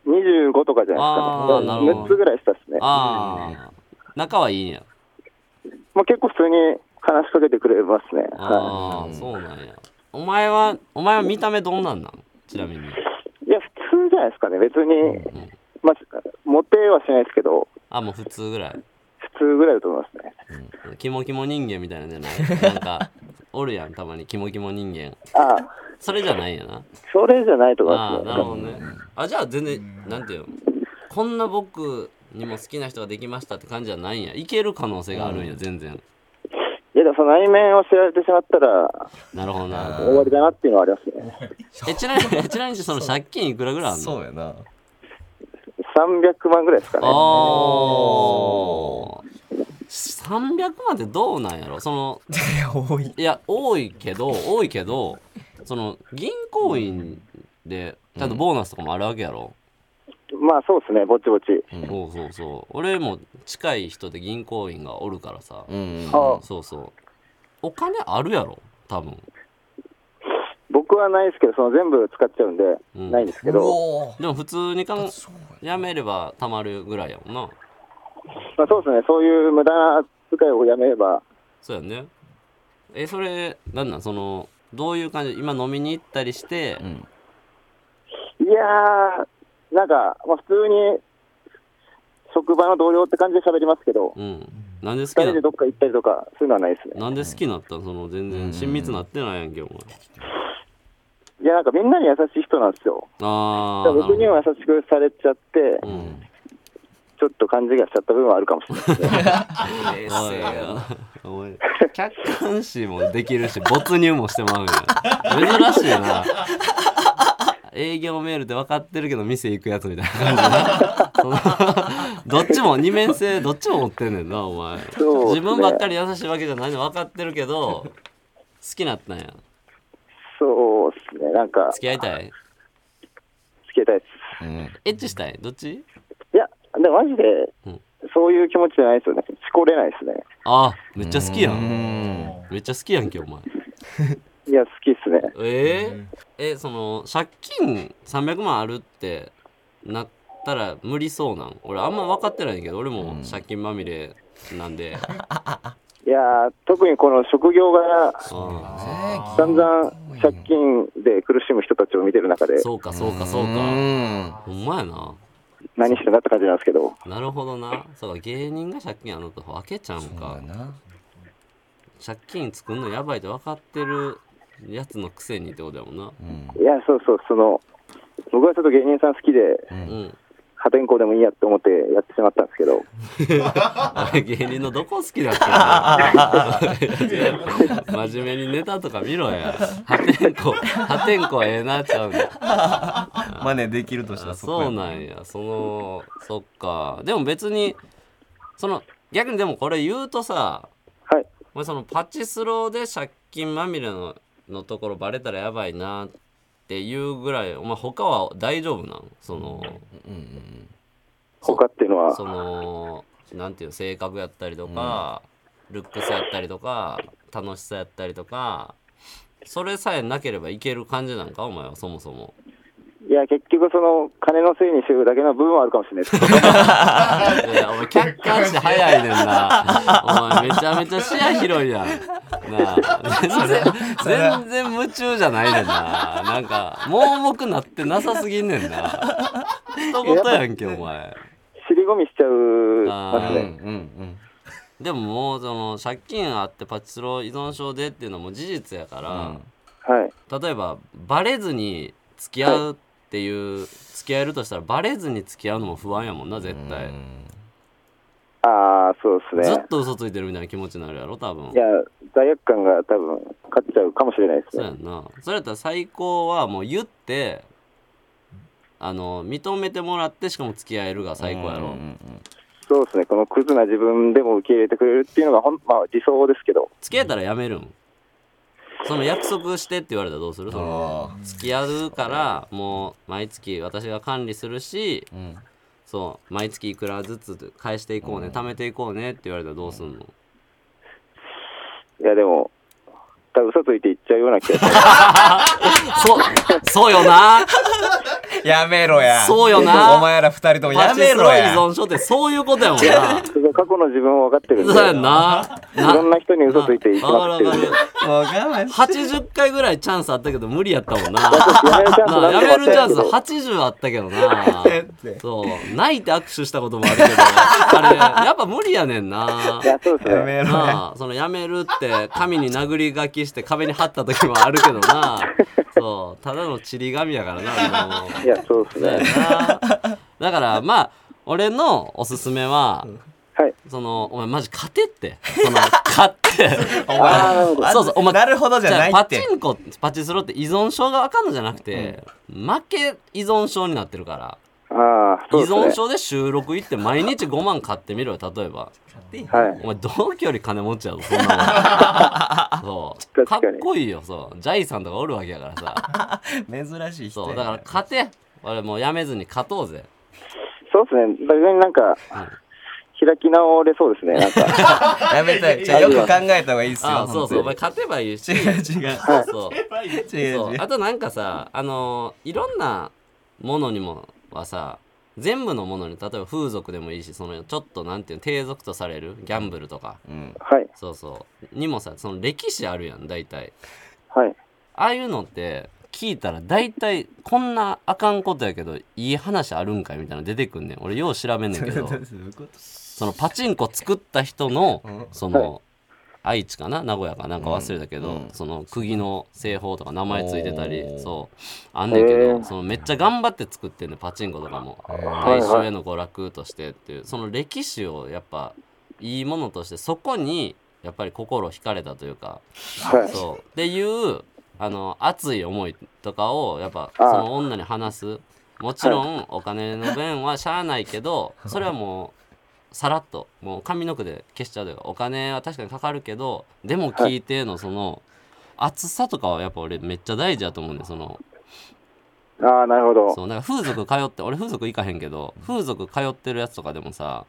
[SPEAKER 5] 25とかじゃ
[SPEAKER 1] あーな
[SPEAKER 5] ないです
[SPEAKER 1] る
[SPEAKER 5] かね。
[SPEAKER 1] ほど
[SPEAKER 5] 6つぐらいしたですね。
[SPEAKER 1] ああ仲はいいんや
[SPEAKER 5] まあ、結構普通に話しかけてくれますね。はい。
[SPEAKER 1] ああそうなんやお前はお前は見た目どんなんなんちなみに
[SPEAKER 5] いや、普通じゃないですかね、別に、まあ、モテはしないですけど、
[SPEAKER 1] あもう普通ぐらい
[SPEAKER 5] 普通ぐらいだと思いますね。
[SPEAKER 1] キモキモ人間みたいなんじゃないなん かおるやんたまにキモキモ人間
[SPEAKER 5] ああ、
[SPEAKER 1] それじゃないんやな
[SPEAKER 5] それじゃないと思い
[SPEAKER 1] あ
[SPEAKER 5] ま
[SPEAKER 1] あ
[SPEAKER 5] すね。
[SPEAKER 1] なるほどねあじゃあ全然なんていうのこんな僕にも好きな人ができましたって感じじゃないんやいける可能性があるんや全然
[SPEAKER 5] いや、でもその内面を知られてしまったら、
[SPEAKER 1] なるほどな
[SPEAKER 5] 終わりだなっていうのはありますね。
[SPEAKER 1] えちなみにちなみにその借金いくらぐらいあんの
[SPEAKER 2] そうやな
[SPEAKER 5] 300万ぐらいですかね。
[SPEAKER 1] ああ300万ってどうなんやろその
[SPEAKER 2] いや 多い
[SPEAKER 1] いや多いけど多いけどその銀行員でちゃんとボーナスとかもあるわけやろ、
[SPEAKER 5] まあそうですね、ぼちぼち。
[SPEAKER 1] そうそうそう俺も近い人で銀行員がおるからさ、
[SPEAKER 2] うん
[SPEAKER 5] ああ
[SPEAKER 1] そうそうお金あるやろ多分
[SPEAKER 5] 僕はないですけど、その全部使っちゃうんで、
[SPEAKER 1] うん
[SPEAKER 5] ないんですけ
[SPEAKER 2] う
[SPEAKER 5] ど、
[SPEAKER 2] お
[SPEAKER 1] でも普通に考
[SPEAKER 2] そう
[SPEAKER 1] えやめれば貯まるぐらいやもんな
[SPEAKER 5] まあそうですね、そういう無駄な使いをやめれば、
[SPEAKER 1] そうやねえそれなんなんそのどういう感じ今飲みに行ったりして、
[SPEAKER 2] うん
[SPEAKER 5] いやー、なんか、まあ、普通に、職場の同僚って感じで喋りますけど、
[SPEAKER 1] うん、なんで好
[SPEAKER 5] 二
[SPEAKER 1] き
[SPEAKER 5] 人で
[SPEAKER 1] な
[SPEAKER 5] どっか行ったりとか、そういうのはないですね。
[SPEAKER 1] なんで好きになったんその全然親密なってないやんけお前
[SPEAKER 5] いや、なんかみんなに優しい人なんですよ。
[SPEAKER 1] ああ
[SPEAKER 5] 僕には優しくされちゃって、
[SPEAKER 1] うん
[SPEAKER 5] ちょっと勘違いしちゃった部分はあるかもし れない
[SPEAKER 2] 冷
[SPEAKER 5] ですね。
[SPEAKER 1] お
[SPEAKER 2] 静
[SPEAKER 1] い
[SPEAKER 2] やな
[SPEAKER 1] おい客観視もできるし没入もしてまうんや珍しいな営業メールで分かってるけど店行くやつみたいな感じなそのどっちも二面性どっちも持ってんねんなお前
[SPEAKER 5] そうっすね
[SPEAKER 1] 自分ばっかり優しいわけじゃないの分かってるけど好きなったんや
[SPEAKER 5] そうですね、なんか、
[SPEAKER 1] 付き合いたい
[SPEAKER 5] つけたいで
[SPEAKER 2] うん
[SPEAKER 1] エッチしたいどっち
[SPEAKER 5] す。いや、でもマジで
[SPEAKER 1] うん、
[SPEAKER 5] そういう気持ちじゃないですよね。しこれないですね。
[SPEAKER 1] あめっちゃ好きや
[SPEAKER 2] うんん
[SPEAKER 1] めっちゃ好きやんけお前
[SPEAKER 5] いや、好きっすね。
[SPEAKER 1] えー、えその借金300万あるってなったら無理そうなん俺あんま分かってないんやけど俺も借金まみれなんで、
[SPEAKER 5] いやー、特にこの職業が、
[SPEAKER 1] うん
[SPEAKER 5] だんだん借金で苦しむ人たちを見てる中で、
[SPEAKER 1] そうかそうかそう
[SPEAKER 2] う
[SPEAKER 1] か
[SPEAKER 2] ん
[SPEAKER 1] ほんまやな
[SPEAKER 5] 何してんだって感じなんですけど、
[SPEAKER 1] なるほどなそうか芸人が借金あるのと分けちゃうん
[SPEAKER 2] そう
[SPEAKER 1] か
[SPEAKER 2] やな
[SPEAKER 1] 借金作るのやばいって分かってるやつのくせにってことやもんな
[SPEAKER 2] うん
[SPEAKER 5] いや、そうそう、その、僕はちょっと芸人さん好きで、
[SPEAKER 1] うん
[SPEAKER 5] 破天荒でもいいやって思ってやってしまったんですけど、
[SPEAKER 1] あれ芸人のどこ好きだった の真面目にネタとか見ろや破天荒破天荒ええなちゃうんだ
[SPEAKER 2] 真似できるとした
[SPEAKER 1] あ
[SPEAKER 2] らこや
[SPEAKER 1] そうなんやそのそっかでも別にその逆にでもこれ言うとさ
[SPEAKER 5] はい、
[SPEAKER 1] お前そのパチスロで借金まみれののところバレたらやばいなっていうぐらいお前他は大丈夫なんその
[SPEAKER 2] うんうん
[SPEAKER 5] 他っていうのは
[SPEAKER 1] そ、のなんていうの性格やったりとか、ルックスやったりとか楽しさやったりとかそれさえなければいける感じなんかお前はそもそも
[SPEAKER 5] いや、結局、その、金のせいにしてるだけの部分はあるかもしれないですけど、
[SPEAKER 1] いやお前客観視早いねん なお前めちゃめちゃ視野広いやんなあ全然全然夢中じゃないねんななんか盲目なってなさすぎんねんな一言やんけお前
[SPEAKER 5] 尻込みしちゃう
[SPEAKER 1] あ
[SPEAKER 5] ま
[SPEAKER 1] ー
[SPEAKER 5] す
[SPEAKER 2] うんう
[SPEAKER 5] ね。
[SPEAKER 2] んうん
[SPEAKER 1] でももうその借金あってパチスロ依存症でっていうのはもう事実やか
[SPEAKER 2] う
[SPEAKER 1] ら、
[SPEAKER 2] ん
[SPEAKER 5] はい。
[SPEAKER 1] 例えばバレずに付き合うっていう、付き合えるとしたらバレずに付き合うのも不安やもんな絶対、
[SPEAKER 5] ああ、そうです
[SPEAKER 1] ず
[SPEAKER 5] ね。
[SPEAKER 1] っと嘘ついてるみたいな気持ちになるやろ多分
[SPEAKER 5] いや、罪悪感が多分、勝っちゃうかもしれないです
[SPEAKER 1] そうや
[SPEAKER 5] ね。
[SPEAKER 1] んなそれやったら最高はもう言ってあの認めてもらってしかも付き合えるが最高やろ、
[SPEAKER 2] うんうんうん
[SPEAKER 5] そうですね。このクズな自分でも受け入れてくれるっていうのが、ほん、まあ、理想ですけど、
[SPEAKER 1] 付き合えたらやめるんその約束してって言われたらどうするその
[SPEAKER 2] あー
[SPEAKER 1] 付き合うからもう毎月私が管理するし
[SPEAKER 2] うん
[SPEAKER 1] そう毎月いくらずつ返していこうね、貯めていこうねって言われたらどうすんの、
[SPEAKER 5] いや、でも、多分嘘ついていっちゃうような気がします。
[SPEAKER 1] そそうよな
[SPEAKER 2] やめろや。
[SPEAKER 1] そうよな
[SPEAKER 2] お前ら二人とも
[SPEAKER 1] パ
[SPEAKER 2] や
[SPEAKER 1] チ
[SPEAKER 2] め
[SPEAKER 1] ス
[SPEAKER 2] ろ
[SPEAKER 1] ロ依
[SPEAKER 2] や。
[SPEAKER 1] 存症ってそういうことやもんな。
[SPEAKER 5] すごい過去の自分を分かってるんで
[SPEAKER 1] そうやんな。
[SPEAKER 5] いろんな人に嘘ついていき
[SPEAKER 1] わかる
[SPEAKER 5] ま
[SPEAKER 1] わ
[SPEAKER 5] くってる
[SPEAKER 1] か
[SPEAKER 5] んで
[SPEAKER 1] る。
[SPEAKER 2] もう我慢し
[SPEAKER 1] 80回ぐらいチャンスあったけど無理やったもんな。
[SPEAKER 5] やめるチャンス
[SPEAKER 1] な
[SPEAKER 5] な
[SPEAKER 1] や
[SPEAKER 5] んとか
[SPEAKER 1] めるチ
[SPEAKER 5] し
[SPEAKER 1] ャ
[SPEAKER 5] た
[SPEAKER 1] ン
[SPEAKER 5] い
[SPEAKER 1] ス
[SPEAKER 5] けど
[SPEAKER 1] 80あったけどな
[SPEAKER 2] てって。
[SPEAKER 1] そう泣いて握手したこともあるけどあれやっぱ無理やねんない
[SPEAKER 5] や、そうです
[SPEAKER 2] や
[SPEAKER 5] ね。
[SPEAKER 2] めろや。
[SPEAKER 1] なあそのやめるって紙に殴り書きして壁に貼った時もあるけどなそうただのちり紙やからなもう
[SPEAKER 5] いや、そうです
[SPEAKER 1] だよ
[SPEAKER 5] ね。
[SPEAKER 1] なだからまあ俺のおすすめは、
[SPEAKER 5] はい。
[SPEAKER 1] そのお前マジ勝てってその勝って
[SPEAKER 2] お
[SPEAKER 5] あーな
[SPEAKER 2] 前
[SPEAKER 5] るほど
[SPEAKER 1] そうそうお前
[SPEAKER 2] なるほどじゃない
[SPEAKER 1] パ
[SPEAKER 2] っ
[SPEAKER 1] チ
[SPEAKER 2] て。
[SPEAKER 1] ンコパチスロって依存症があかんのじゃなくて、負け依存症になってるから、
[SPEAKER 5] ああ、そ
[SPEAKER 1] 依
[SPEAKER 5] うですね。
[SPEAKER 1] 存症で収録行って毎日5万買ってみろよ例えば
[SPEAKER 5] はい
[SPEAKER 1] お。前同期より金持ちやぞそんなもんそ うかっ
[SPEAKER 5] 確かに
[SPEAKER 1] こいいよそうジャイさんとかおるわけやからさ
[SPEAKER 2] 珍しい人
[SPEAKER 1] そう
[SPEAKER 2] や。
[SPEAKER 1] だから勝て俺もうやめずに勝とうぜ
[SPEAKER 5] そうですね。別になんか、開き直れそうですね。なん か、
[SPEAKER 2] やめたい。じゃあよく考えた方がいいっすよ。
[SPEAKER 1] ああそうそうお前
[SPEAKER 2] 本
[SPEAKER 1] 勝てばいいし
[SPEAKER 2] 当に違う違う。
[SPEAKER 1] そうそう
[SPEAKER 2] 違
[SPEAKER 1] そうう
[SPEAKER 2] 違う
[SPEAKER 1] あ。となんかさあのーいろんなものにもはさ全部のものに例えば風俗でもいいしそのちょっとなんていうの低俗とされるギャンブルとか
[SPEAKER 2] うん。
[SPEAKER 5] はい。
[SPEAKER 1] そうそうにもさその歴史あるやん大体
[SPEAKER 5] はい。
[SPEAKER 1] ああいうのって聞いたら大体こんなあかんことやけどいい話あるんかいみたいなの出てくんねん俺よう調べんねんけ どそのパチンコ作った人
[SPEAKER 2] うん
[SPEAKER 1] のその愛知かな名古屋かなんか忘れたけど、
[SPEAKER 2] うんうん
[SPEAKER 1] その釘の製法とか名前ついてたり
[SPEAKER 2] おー
[SPEAKER 1] そうあんねんけど、
[SPEAKER 5] へー
[SPEAKER 1] そのめっちゃ頑張って作ってんねんパチンコとかも
[SPEAKER 5] い
[SPEAKER 1] 大衆への娯楽としてっていうその歴史をやっぱいいものとしてそこにやっぱり心惹かれたというか
[SPEAKER 5] はい。
[SPEAKER 1] そうっていうあの熱い思いとかをやっぱそ
[SPEAKER 5] ああ
[SPEAKER 1] の女に話すもちろんお金の弁はしゃあないけどそれはもうさらっともう髪の毛で消しちゃうというかお金は確かにかかるけどでも聞いてのその熱さとかはやっぱ俺めっちゃ大事だと思うんでその
[SPEAKER 5] ああ、なるほど。
[SPEAKER 1] そうなんか風俗通って俺風俗行かへんけど風俗通ってるやつとかでもさ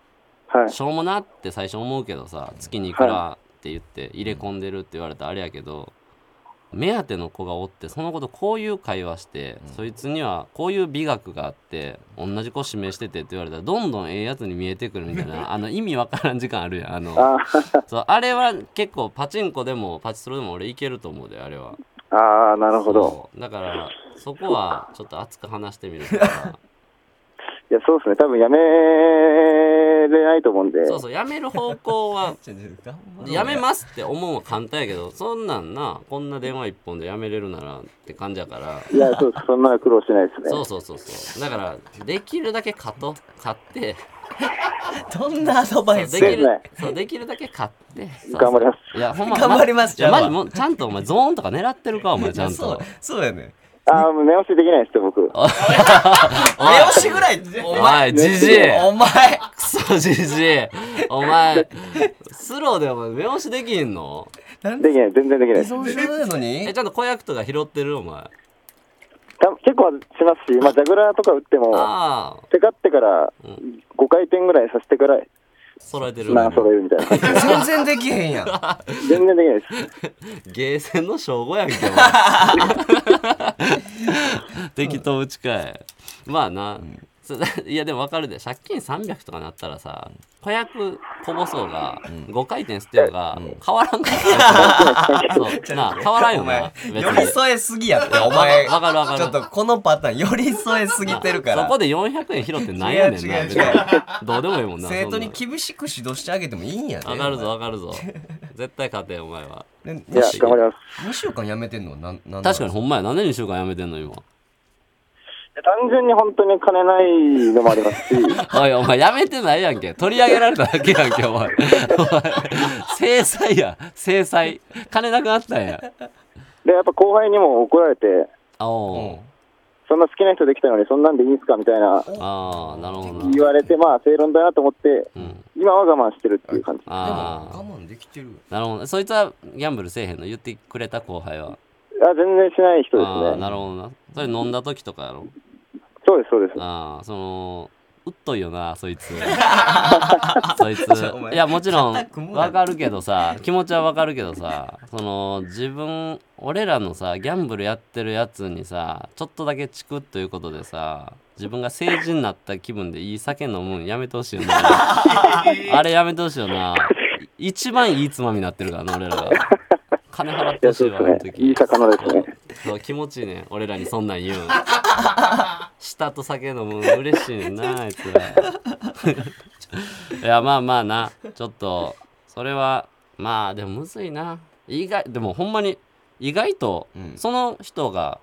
[SPEAKER 5] はい。
[SPEAKER 1] しょうもなって最初思うけどさ月にいくらって言って入れ込んでるって言われたらあれやけど目当ての子がおってその子とこういう会話してそいつにはこういう美学があって同じ子指名しててって言われたらどんどんええやつに見えてくるみたい なあの意味わからん時間あるやんあの
[SPEAKER 5] あ
[SPEAKER 1] そうあれは結構パチンコでもパチスロでも俺いけると思うであれは
[SPEAKER 5] あ、ああ、なるほど。
[SPEAKER 1] そうだからそこはちょっと熱く話してみると か
[SPEAKER 5] いや、そうですね。多分やめれないと思うんで。
[SPEAKER 1] そうそうやめる方向はやめ
[SPEAKER 2] ま
[SPEAKER 1] ますって思うのは簡単やけどそんなんなこんな電話一本でやめれるならって感じやから
[SPEAKER 5] いや、そうです。そんな苦労しないですね。
[SPEAKER 1] そうそうそうそうだからできるだけ買と買って
[SPEAKER 2] どんなアドバイス
[SPEAKER 1] できる
[SPEAKER 5] ね
[SPEAKER 1] そうできるだけ買ってそう
[SPEAKER 5] 頑張ります。
[SPEAKER 1] いやほんま
[SPEAKER 2] 頑張ります
[SPEAKER 1] いや
[SPEAKER 2] じゃあ
[SPEAKER 1] マジもうちゃんとお前ゾーンとか狙ってるかお前ちゃん
[SPEAKER 2] そう
[SPEAKER 1] と
[SPEAKER 2] そうやね
[SPEAKER 5] ああ、もう目押しできないですよ、僕。
[SPEAKER 2] 目押しぐらいお
[SPEAKER 1] お
[SPEAKER 2] 前
[SPEAKER 1] 前じじい
[SPEAKER 2] お前
[SPEAKER 1] クソじじいお前スローでお前目押しできんの
[SPEAKER 5] できない。全然できない
[SPEAKER 2] 依
[SPEAKER 5] です。
[SPEAKER 2] 存症なの
[SPEAKER 1] え
[SPEAKER 2] に
[SPEAKER 1] ちゃんと子役とか拾ってるお前
[SPEAKER 5] た結構はしますし、まあ、ジャグラーとか打っても、
[SPEAKER 1] ああ
[SPEAKER 5] テカってから5回転ぐらいさせてから、
[SPEAKER 1] 揃えてる
[SPEAKER 5] な、揃えるみたいな感じ。
[SPEAKER 2] 全然できへんやん
[SPEAKER 5] 全然できないです。
[SPEAKER 1] ゲーセンの称号やんけお前 適当打ちかいまあな、そ いやでも分かるで借金300とかなったらさ子役こぼそうが、5回転捨てようが、変わら んから、そうなあ変わらんよ
[SPEAKER 2] お
[SPEAKER 1] な
[SPEAKER 2] 前
[SPEAKER 1] 別に
[SPEAKER 2] 寄り添えすぎやってお前
[SPEAKER 1] わかるわかる
[SPEAKER 2] ちょっとこのパターン寄り添えすぎてるか
[SPEAKER 1] そこ
[SPEAKER 2] ら
[SPEAKER 1] で400円拾ってなんやねんな
[SPEAKER 2] 違う違
[SPEAKER 1] 別
[SPEAKER 2] う違う
[SPEAKER 1] にどうでもいいもんな
[SPEAKER 2] 生徒に
[SPEAKER 1] そ
[SPEAKER 2] 厳しく指導してあげてもいいんやで
[SPEAKER 1] んな分かるぞ分かるぞ絶対勝てんお 前は
[SPEAKER 5] いや
[SPEAKER 2] 2、週
[SPEAKER 5] 頑張ります。
[SPEAKER 2] 間やめてんのはなんなんだろう
[SPEAKER 1] 確かにほんまや何で2週間やめてんの今
[SPEAKER 5] 単純に本当に金ないのもありますし、
[SPEAKER 1] おいお前やめてないやんけ取り上げられただけやんけお前 お前制裁や制裁金なくなったんや
[SPEAKER 5] で、やっぱ後輩にも怒られて、
[SPEAKER 1] あ
[SPEAKER 2] うん
[SPEAKER 1] おう
[SPEAKER 5] そんな好きな人できたのに、そんなんでいいんすかみたいな
[SPEAKER 1] ああなるほど
[SPEAKER 5] 言
[SPEAKER 1] な
[SPEAKER 5] われて、まあ正論だなと思って、
[SPEAKER 1] ん
[SPEAKER 5] 今は我慢してるっていう感じ。
[SPEAKER 2] でも
[SPEAKER 1] あ
[SPEAKER 2] 我慢できてる
[SPEAKER 1] あなるほどそいつはギャンブルせえへんの言ってくれた後輩は
[SPEAKER 5] あ全然しない人です
[SPEAKER 1] ああ
[SPEAKER 5] ね。
[SPEAKER 1] なるほどなそれ飲んだ時とかやろ
[SPEAKER 5] そうです、そうです。
[SPEAKER 1] ああそのうっといよなそい つそいつ
[SPEAKER 2] ちょお前
[SPEAKER 1] いやもちろん
[SPEAKER 2] 肩組むな
[SPEAKER 1] わかるけどさ気持ちはわかるけどさその自分俺らのさギャンブルやってるやつにさちょっとだけチクッということでさ自分が成人になった気分でいい酒飲むんやめてほしいよなあれやめてほしいよな一番いいつまみになってるからな俺らが金払ってほしいわあ
[SPEAKER 5] いや
[SPEAKER 1] の
[SPEAKER 5] そうですね
[SPEAKER 1] 時
[SPEAKER 5] いい魚ですね
[SPEAKER 1] そう気持ちいいねん俺らにそんなん言うん舌と酒飲むの嬉しいねんなあいつらいやまあまあなちょっとそれはまあでもむずいな意外でもほんまに意外と
[SPEAKER 2] うん
[SPEAKER 1] その人が、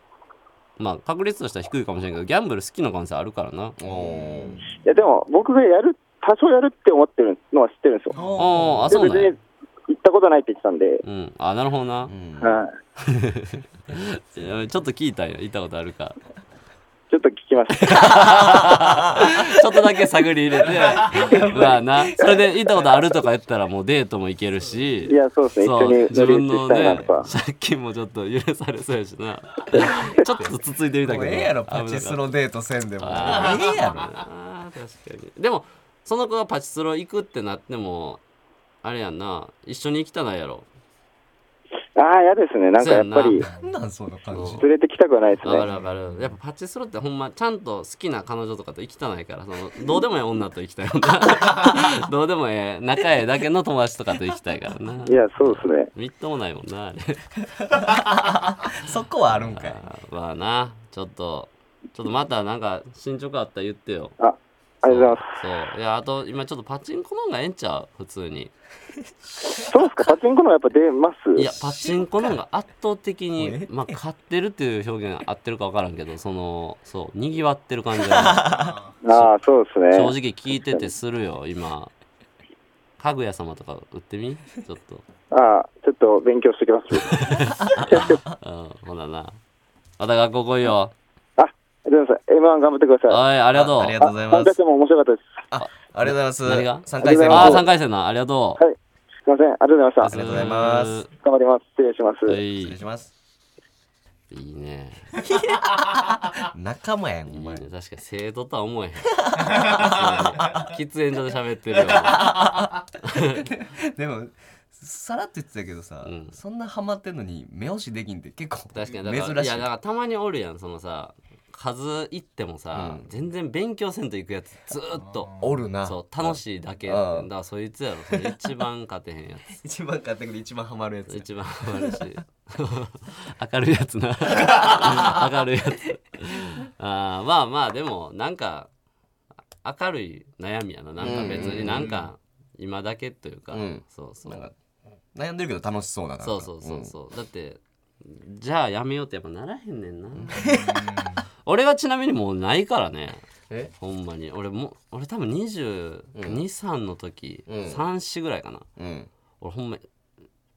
[SPEAKER 1] まあ確率としては低いかもしれんけどギャンブル好きな可能性あるからな
[SPEAKER 2] おおー
[SPEAKER 5] いやでも僕がやる多少やるって思ってるのは知ってるんですよ
[SPEAKER 1] おーあ
[SPEAKER 5] で
[SPEAKER 1] そうなんや
[SPEAKER 5] 別に行ったことないって言ってたんで、
[SPEAKER 1] うんあなるほどな
[SPEAKER 2] う、ん
[SPEAKER 5] はい
[SPEAKER 1] いやちょっと聞いたんよ言ったことあるか
[SPEAKER 5] ちょっと聞きま した。
[SPEAKER 1] ちょっとだけ探り入れ て、まあな、それで行ったことあるとか言ったらもうデートも行けるし、
[SPEAKER 5] いや、そうですね。一緒
[SPEAKER 1] そう
[SPEAKER 5] に
[SPEAKER 1] 自
[SPEAKER 5] 乗り
[SPEAKER 1] 分
[SPEAKER 5] 移
[SPEAKER 1] の
[SPEAKER 5] したいな
[SPEAKER 1] ね
[SPEAKER 5] とか、。
[SPEAKER 1] 借金もちょっと許されそうやし な、ちょっとつついてみたけ
[SPEAKER 6] も
[SPEAKER 1] ど、
[SPEAKER 6] うええやろパチスロデートせんでもええ
[SPEAKER 1] あ
[SPEAKER 6] やろ
[SPEAKER 1] あー確かに。でも、その子がパチスロ行くってなっても、あれやんな、一緒に行きたないやろ。
[SPEAKER 5] ああ、嫌ですね。なんかやっ
[SPEAKER 1] そう
[SPEAKER 5] ぱ
[SPEAKER 1] やん
[SPEAKER 5] り、
[SPEAKER 6] なんなんその感じ
[SPEAKER 1] そ
[SPEAKER 5] 連れてきたくはないです
[SPEAKER 1] わかる
[SPEAKER 5] ね。
[SPEAKER 1] わかる。やっぱパチスロってほんまちゃんと好きな彼女とかと行きたないから、そのどうでもええ女と行きたいもん な。どうでもええ仲ええだけの友達とかと行きたいからな。
[SPEAKER 5] いや、そうですね。
[SPEAKER 1] みっともないもんな。あれ
[SPEAKER 6] そこはあるんかい
[SPEAKER 1] あーまあな、ちょっと、ちょっとまたなんか進捗あったら言ってよ。
[SPEAKER 5] あ、ありがとうございま
[SPEAKER 1] そう。いや、あと今ちょっとパチンコの方がええんちゃう普通に。
[SPEAKER 5] す。そうですか。パチンコのやっぱ出ます。
[SPEAKER 1] いや、パチンコの方が圧倒的
[SPEAKER 6] もうえ
[SPEAKER 1] に
[SPEAKER 6] え、
[SPEAKER 1] まあ、勝ってるっていう表現合ってるか分からんけど、その、そう、にぎわってる感じが。
[SPEAKER 5] ああ、そうですね。
[SPEAKER 1] 正直聞いててするよ今かぐや様とか売ってみちょっと
[SPEAKER 5] ああ、ちょっと勉強し てきます。
[SPEAKER 1] うんほななまた学校来いよ
[SPEAKER 5] あ、ありがとうございます。M1 頑張ってくだ
[SPEAKER 1] おい
[SPEAKER 5] さい。
[SPEAKER 1] ありがとう
[SPEAKER 6] あありがとうございま
[SPEAKER 5] 3
[SPEAKER 6] す
[SPEAKER 5] 回戦も面白かったです。
[SPEAKER 6] ありがとうござ
[SPEAKER 1] 何
[SPEAKER 6] い
[SPEAKER 1] が
[SPEAKER 6] ます3回戦も
[SPEAKER 1] あ
[SPEAKER 6] あ
[SPEAKER 1] ー3回戦なありがとう
[SPEAKER 5] はい。すいません。ありがとうございま
[SPEAKER 6] あ
[SPEAKER 5] し
[SPEAKER 6] り
[SPEAKER 5] た。
[SPEAKER 6] がとうございます
[SPEAKER 5] 頑張ります。失礼します。
[SPEAKER 1] はい
[SPEAKER 6] 失礼します
[SPEAKER 1] いいね
[SPEAKER 6] 仲間やん
[SPEAKER 1] い
[SPEAKER 6] お
[SPEAKER 1] いね
[SPEAKER 6] 前
[SPEAKER 1] 確かに生徒とは思えへん 普通に喫煙所で喋ってるよ
[SPEAKER 6] でもさらっと言ってたけどさ
[SPEAKER 1] うん
[SPEAKER 6] そんなハマってんのに目押しできんって結構珍
[SPEAKER 1] 確
[SPEAKER 6] し
[SPEAKER 1] か
[SPEAKER 6] い
[SPEAKER 1] にだからいやだからたまにおるやんそのさ数いってもさ、全然勉強せんと行くやつずーっと
[SPEAKER 6] おるな
[SPEAKER 1] そう楽しいだけだ
[SPEAKER 6] う
[SPEAKER 1] か
[SPEAKER 6] ん
[SPEAKER 1] らそいつやろそれ一番勝てへんやつ
[SPEAKER 6] 一番買ってくる一番ハマるやつ
[SPEAKER 1] 一番悪いし 明るいやつな 明るいやつあーまあまあでもなんか明るい悩みやななんか別
[SPEAKER 2] うんうんう
[SPEAKER 1] に
[SPEAKER 2] ん
[SPEAKER 1] なんか今だけというか、
[SPEAKER 2] うん
[SPEAKER 1] そうそ
[SPEAKER 2] なんか
[SPEAKER 1] う
[SPEAKER 6] 悩んでるけど楽しそうななんか
[SPEAKER 1] そうそうそうそう、だってじゃあやめようってやっぱならへんねんな 俺はちなみにもうないからね
[SPEAKER 2] え
[SPEAKER 1] ほんまに俺も俺多分223の時、
[SPEAKER 2] うん
[SPEAKER 1] 34ぐらいかな
[SPEAKER 2] うん
[SPEAKER 1] 俺ほんま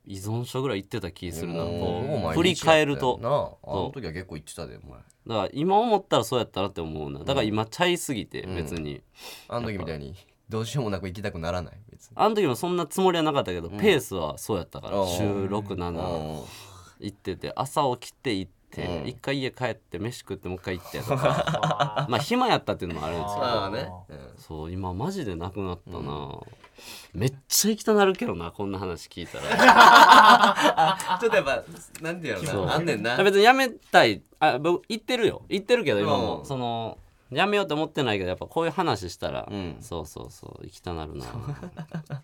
[SPEAKER 1] 依存症ぐらい行ってた気するな
[SPEAKER 2] も
[SPEAKER 1] こ
[SPEAKER 2] う毎
[SPEAKER 1] う
[SPEAKER 2] 日
[SPEAKER 1] 振り返ると
[SPEAKER 2] やったよなあの時は結構言ってたでお前
[SPEAKER 1] だから今思ったらそうやったなって思うなだから今ちゃいすぎて別に、
[SPEAKER 2] あの時みたいにどうしようもなく行きたくならない別に
[SPEAKER 1] あの時もそんなつもりはなかったけど、ペースはそうやったから
[SPEAKER 2] うん
[SPEAKER 1] 週67
[SPEAKER 2] うん
[SPEAKER 1] 行ってて朝起きて行って
[SPEAKER 2] うん
[SPEAKER 1] 一回家帰って飯食ってもう一回行ってと かまあ暇やったっていうのもあるんですけ
[SPEAKER 2] まあ
[SPEAKER 1] ど
[SPEAKER 2] ねうん
[SPEAKER 1] そう今マジでなくなったな、めっちゃ行きたなるけどなこんな話聞いたら
[SPEAKER 2] ちょっとやっぱなんていう
[SPEAKER 1] そ
[SPEAKER 2] の
[SPEAKER 1] う
[SPEAKER 2] なあんねんな
[SPEAKER 1] 別にやめたいあ僕行ってるよ行ってるけど今も、
[SPEAKER 2] うん
[SPEAKER 1] そのやめようと思ってないけどやっぱこういう話したら、
[SPEAKER 2] うん
[SPEAKER 1] そうそうそう行きたな るなちょっ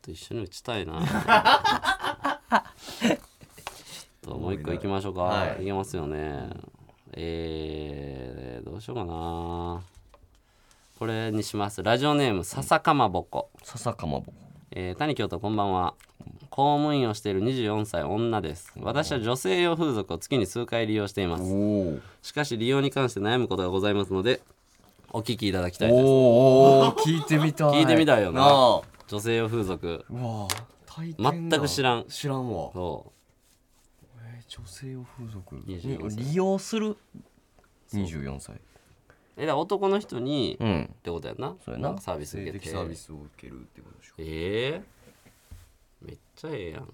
[SPEAKER 1] と一緒に打ちたいなちょっともう一個行きましょうか、
[SPEAKER 2] はい
[SPEAKER 1] い、けますよねえー、どうしようかなこれにしますラジオネーム笹かまぼこ
[SPEAKER 2] 笹かまぼこ
[SPEAKER 1] えー、谷京都こんばんは公務員をしている24歳女です私は女性用風俗を月に数回利用しています
[SPEAKER 2] お
[SPEAKER 1] しかし利用に関して悩むことがございますのでお聞きいただきたいです
[SPEAKER 2] おー聞いてみたい
[SPEAKER 1] 聞いてみたいよな
[SPEAKER 2] なあ
[SPEAKER 1] 女性用風俗
[SPEAKER 2] うわ体験
[SPEAKER 1] 全く知らん
[SPEAKER 2] 知らんわ
[SPEAKER 1] そ
[SPEAKER 2] えー女性を風俗
[SPEAKER 1] 24歳
[SPEAKER 2] 利用する24歳
[SPEAKER 1] うえだから男の人に、っ
[SPEAKER 2] ん
[SPEAKER 1] てことやんな
[SPEAKER 2] そうやなん
[SPEAKER 1] かサービス受けて
[SPEAKER 2] 性的サービスを受けるってことでしょ
[SPEAKER 1] えー、めっちゃええや ん、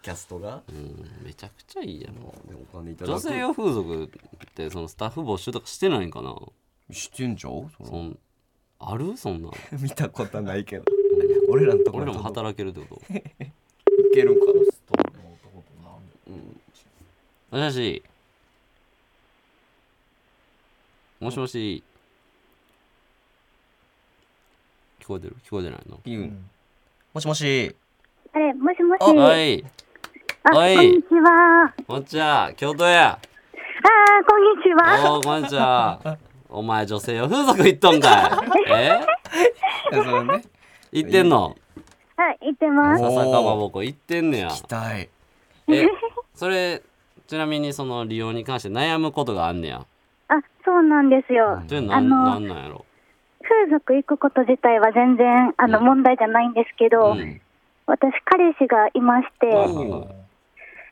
[SPEAKER 2] キャストが
[SPEAKER 1] うん、めちゃくちゃいいやん
[SPEAKER 2] お金いただく
[SPEAKER 1] 女性用風俗ってそのスタッフ募集とかしてないんかな
[SPEAKER 2] してんじゃんそ
[SPEAKER 1] そ
[SPEAKER 2] の
[SPEAKER 1] んあるそ んなの
[SPEAKER 6] 見たことはないけど俺らのとこ
[SPEAKER 1] 俺
[SPEAKER 6] ろ
[SPEAKER 1] らも働けるってこと
[SPEAKER 6] いけるんか
[SPEAKER 1] もしもしもしもし聞こえてる聞こえてないの
[SPEAKER 6] ピュン
[SPEAKER 2] もしも し
[SPEAKER 4] あれ、もしもし。
[SPEAKER 1] お
[SPEAKER 4] あ、
[SPEAKER 1] い
[SPEAKER 4] こ
[SPEAKER 1] はい
[SPEAKER 4] んにちは。あ
[SPEAKER 1] こんにちは京都や
[SPEAKER 4] ー、こんにちは。
[SPEAKER 1] おーこんにちはお前女性を風俗行っとんかいえ
[SPEAKER 6] そう ね
[SPEAKER 1] 行ってんの
[SPEAKER 4] はい、行ってます。
[SPEAKER 1] 笹かまぼこ行ってんね や
[SPEAKER 2] 期待
[SPEAKER 1] えそれちなみにその利用に関して悩むことがあんねや
[SPEAKER 4] あ、そうなんですよ。
[SPEAKER 1] それな
[SPEAKER 4] あ
[SPEAKER 1] ん
[SPEAKER 4] の
[SPEAKER 1] なんなんやろ
[SPEAKER 4] 風俗行くこと自体は全然、あの、
[SPEAKER 1] うん
[SPEAKER 4] 問題じゃないんですけど、
[SPEAKER 1] うん
[SPEAKER 4] 私、彼氏がいまして、
[SPEAKER 1] おー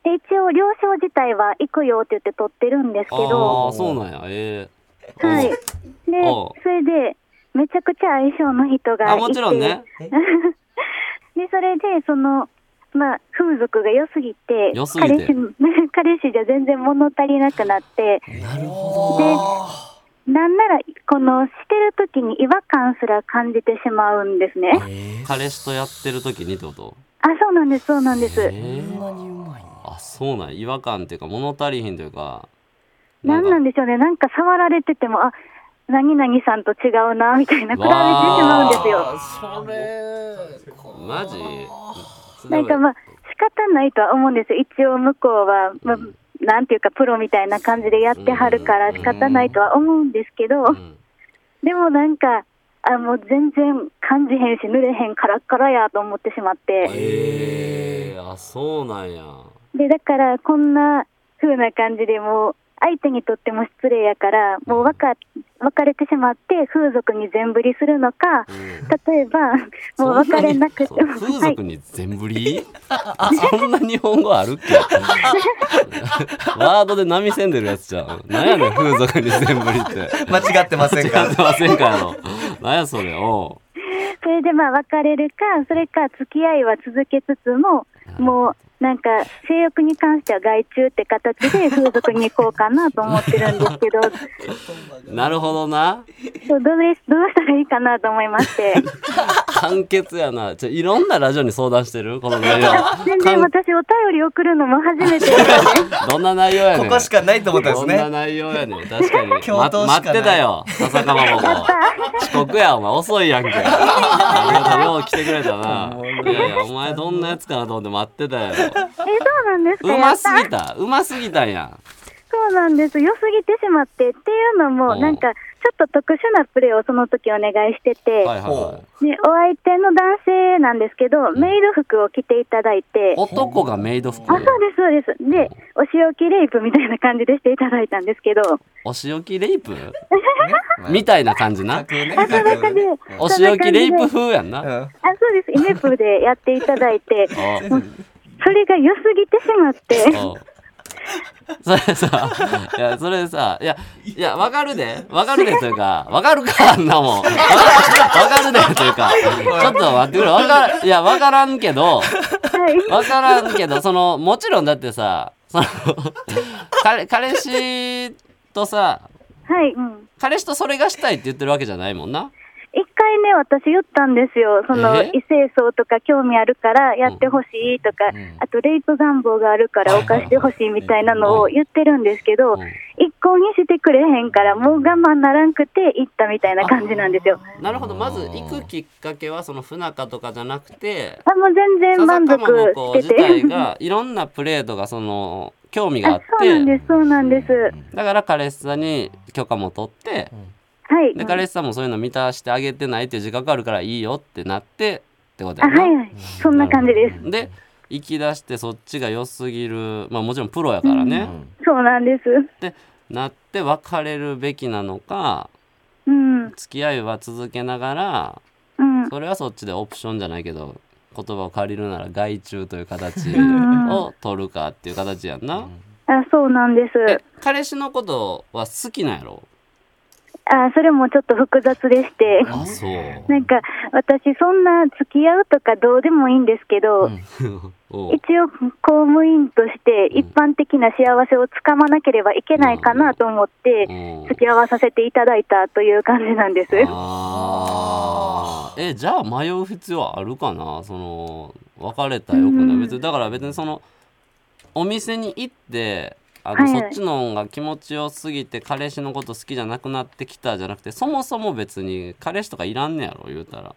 [SPEAKER 4] で、一応、了承自体は行くよって言って取ってるんですけ
[SPEAKER 1] あ
[SPEAKER 4] ど
[SPEAKER 1] あ、そうなんやええ
[SPEAKER 4] はい。で、
[SPEAKER 1] お
[SPEAKER 4] それで、めちゃくちゃ相性の人がいて。
[SPEAKER 1] あもちろんね
[SPEAKER 4] で、それで、その、まあ、風俗が良すぎて、
[SPEAKER 1] 良すぎて
[SPEAKER 4] 彼氏 も彼氏じゃ全然物足りなくなって、
[SPEAKER 1] なるほ
[SPEAKER 4] で、なんなら、この、してる時に違和感すら感じてしまうんですね。
[SPEAKER 1] ど彼氏とやってる時にってこと
[SPEAKER 4] あ、そうなんです、そうなんです。
[SPEAKER 1] ええ
[SPEAKER 2] 何うまい
[SPEAKER 1] あそうなんや違和感っていうか物足りひんというか
[SPEAKER 4] なんなん
[SPEAKER 1] か
[SPEAKER 4] でしょうね、なんか触られてても、あ、何々さんと違うな、みたいな、比べてしまうんですよ。
[SPEAKER 2] それ
[SPEAKER 1] マジ
[SPEAKER 4] なんかまあ、仕方ないとは思うんですよ。一応向こうは、まあ、なんていうかプロみたいな感じでやってはるから仕方ないとは思うんですけど、
[SPEAKER 1] ん
[SPEAKER 4] でもなんか、あもう全然感じへんし、濡れへん、カラッカラやと思ってしまって。
[SPEAKER 1] ええあそうなんや
[SPEAKER 4] で、だからこんな風な感じでもう、相手にとっても失礼やから、もう別別れてしまって風俗に全振りするのか、例えば、もう別れなくて
[SPEAKER 1] そう
[SPEAKER 4] も、
[SPEAKER 1] 風
[SPEAKER 4] はい
[SPEAKER 1] 俗に全振り、そんな日本語あるっけ ワードで波せんでるやつじゃんなんやねん風俗に全振りって
[SPEAKER 6] 間違ってません
[SPEAKER 1] や
[SPEAKER 6] か
[SPEAKER 1] ってませんからのなんやそれおう
[SPEAKER 4] それでまあ別れるか、それか付き合いは続けつつも、もうなんか性欲に関しては外注って形 で風俗に行こうかなと思ってるんですけど、
[SPEAKER 1] なるほどな
[SPEAKER 4] そうどうですどうしたらいいかなと思いまして、
[SPEAKER 1] 簡潔やなちょいろんなラジオに相談してるこの内容
[SPEAKER 4] 全然私お便り送るのも初めて で、
[SPEAKER 1] どんな内容やねん
[SPEAKER 6] ここしかないと思ったんです
[SPEAKER 1] こんな
[SPEAKER 6] ね
[SPEAKER 1] 内容やねん 確かに
[SPEAKER 6] 教頭しかない
[SPEAKER 1] ま待ってたよ笹かまぼこ遅刻やお前遅いやんけありがとうよう来てくれたないやいやお前どんなやつかなと思って待ってたよ
[SPEAKER 4] え、そうなんです
[SPEAKER 1] う
[SPEAKER 4] かや
[SPEAKER 1] ま
[SPEAKER 4] っ
[SPEAKER 1] す
[SPEAKER 4] た
[SPEAKER 1] ぎたうますぎたんや
[SPEAKER 4] そうなんです。良すぎてしまって、っていうのも、
[SPEAKER 1] うん
[SPEAKER 4] なんかちょっと特殊なプレーをその時お願いしてて、
[SPEAKER 1] はいはいはい
[SPEAKER 4] でお相手の男性なんですけど、メイド服を着ていただいて、
[SPEAKER 1] 男がメイド服
[SPEAKER 4] あ、そうです、そうです。で、お仕置きレイプみたいな感じでしていただいたんですけど、
[SPEAKER 1] お仕置きレイプみたいな感じな
[SPEAKER 4] あ、そんな感じで。
[SPEAKER 1] お仕置きレイプ
[SPEAKER 4] そ
[SPEAKER 1] 風
[SPEAKER 4] んな感じで
[SPEAKER 1] やんな
[SPEAKER 6] うん
[SPEAKER 4] あ、そうです。イメプでやっていただいて、
[SPEAKER 1] お
[SPEAKER 4] もうそれが良すぎてしまって、
[SPEAKER 1] おそれさ、いや、それさ、いや、いや、わかるで、わかるでというか、わかるか、あんなもん。わかわかるでというか、ちょっと待ってくれ、わか、いや、わからんけど、
[SPEAKER 4] はい。
[SPEAKER 1] わからんけど、その、もちろんだってさ、その、彼、彼氏とさ、
[SPEAKER 4] はい。うん。
[SPEAKER 1] 彼氏とそれがしたいって言ってるわけじゃないもんな。
[SPEAKER 4] 一回ね、私言ったんですよ。その、
[SPEAKER 1] え
[SPEAKER 4] 異性相とか興味あるからやってほしいとか、あと、レイプ願望があるから犯してほしいみたいなのを言ってるんですけど
[SPEAKER 1] うん、
[SPEAKER 4] 一向にしてくれへんから、もう我慢ならんくて行ったみたいな感じなんですよ。
[SPEAKER 1] なるほど、まず行くきっかけは、その、不仲とかじゃなくて、
[SPEAKER 4] あ、もう全然満足
[SPEAKER 1] 笹かまぼこ
[SPEAKER 4] して
[SPEAKER 1] 自
[SPEAKER 4] て。
[SPEAKER 1] 体が、いろんなプレーとか、その、興味があっ
[SPEAKER 4] あ
[SPEAKER 1] て、
[SPEAKER 4] そうなんです、そうなんです。
[SPEAKER 1] だから彼氏さんに許可も取って、
[SPEAKER 4] はい。
[SPEAKER 1] で彼氏さんもそういうの満たしてあげてないっていう自覚あるからいいよってなってってこと
[SPEAKER 4] あ
[SPEAKER 1] やな、
[SPEAKER 4] はいはい、そんな感じです。
[SPEAKER 1] で行き出してそっちが良すぎるまあもちろんプロやからね、
[SPEAKER 4] そうなんです。
[SPEAKER 1] なって別れるべきなのか
[SPEAKER 4] うん、うん、
[SPEAKER 1] 付き合いは続けながらそれはそっちでオプションじゃないけど言葉を借りるなら外注という形を取るかっていう形やんな、
[SPEAKER 4] あ、そうなんです
[SPEAKER 1] え。彼氏のことは好きなんやろ
[SPEAKER 4] あ、あそれもちょっと複雑でして、
[SPEAKER 1] あそう
[SPEAKER 4] なんか私そんな付き合うとかどうでもいいんですけど、
[SPEAKER 1] お
[SPEAKER 4] 一応公務員として一般的な幸せをつかまなければいけないかなと思って、
[SPEAKER 1] うん
[SPEAKER 4] 付き合わさせていただいたという感じなんです。
[SPEAKER 1] あーえじゃあ迷う必要あるかなその別れたよくない別にだから別にそのお店に行ってあの、
[SPEAKER 4] はいはい
[SPEAKER 1] そっちの方が気持ちよすぎて彼氏のこと好きじゃなくなってきたじゃなくてそもそも別に彼氏とかいらんねやろ言うたら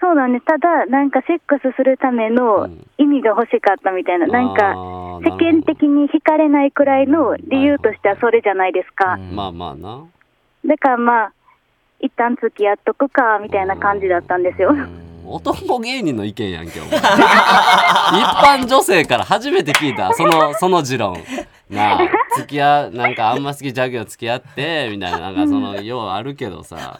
[SPEAKER 4] そうなんです。ただ、なんかセックスするため
[SPEAKER 1] う
[SPEAKER 4] の
[SPEAKER 1] ん
[SPEAKER 4] 意味が欲しかったみたいな、なん
[SPEAKER 1] あ
[SPEAKER 4] か
[SPEAKER 1] ー
[SPEAKER 4] 世間的に惹かれないくらいの理由としてはそれじゃないです
[SPEAKER 1] な
[SPEAKER 4] か。
[SPEAKER 1] るほどまあまあな
[SPEAKER 4] だからまあ、一旦付き合っとくか、みたいな感じだったんですよ。
[SPEAKER 1] 男芸人の意見やんけお前 一般女性から初めて聞いたそのその持論なあ付き合うなんかあんま好きじゃうけど付き合ってみたいななんかそのようあるけどさ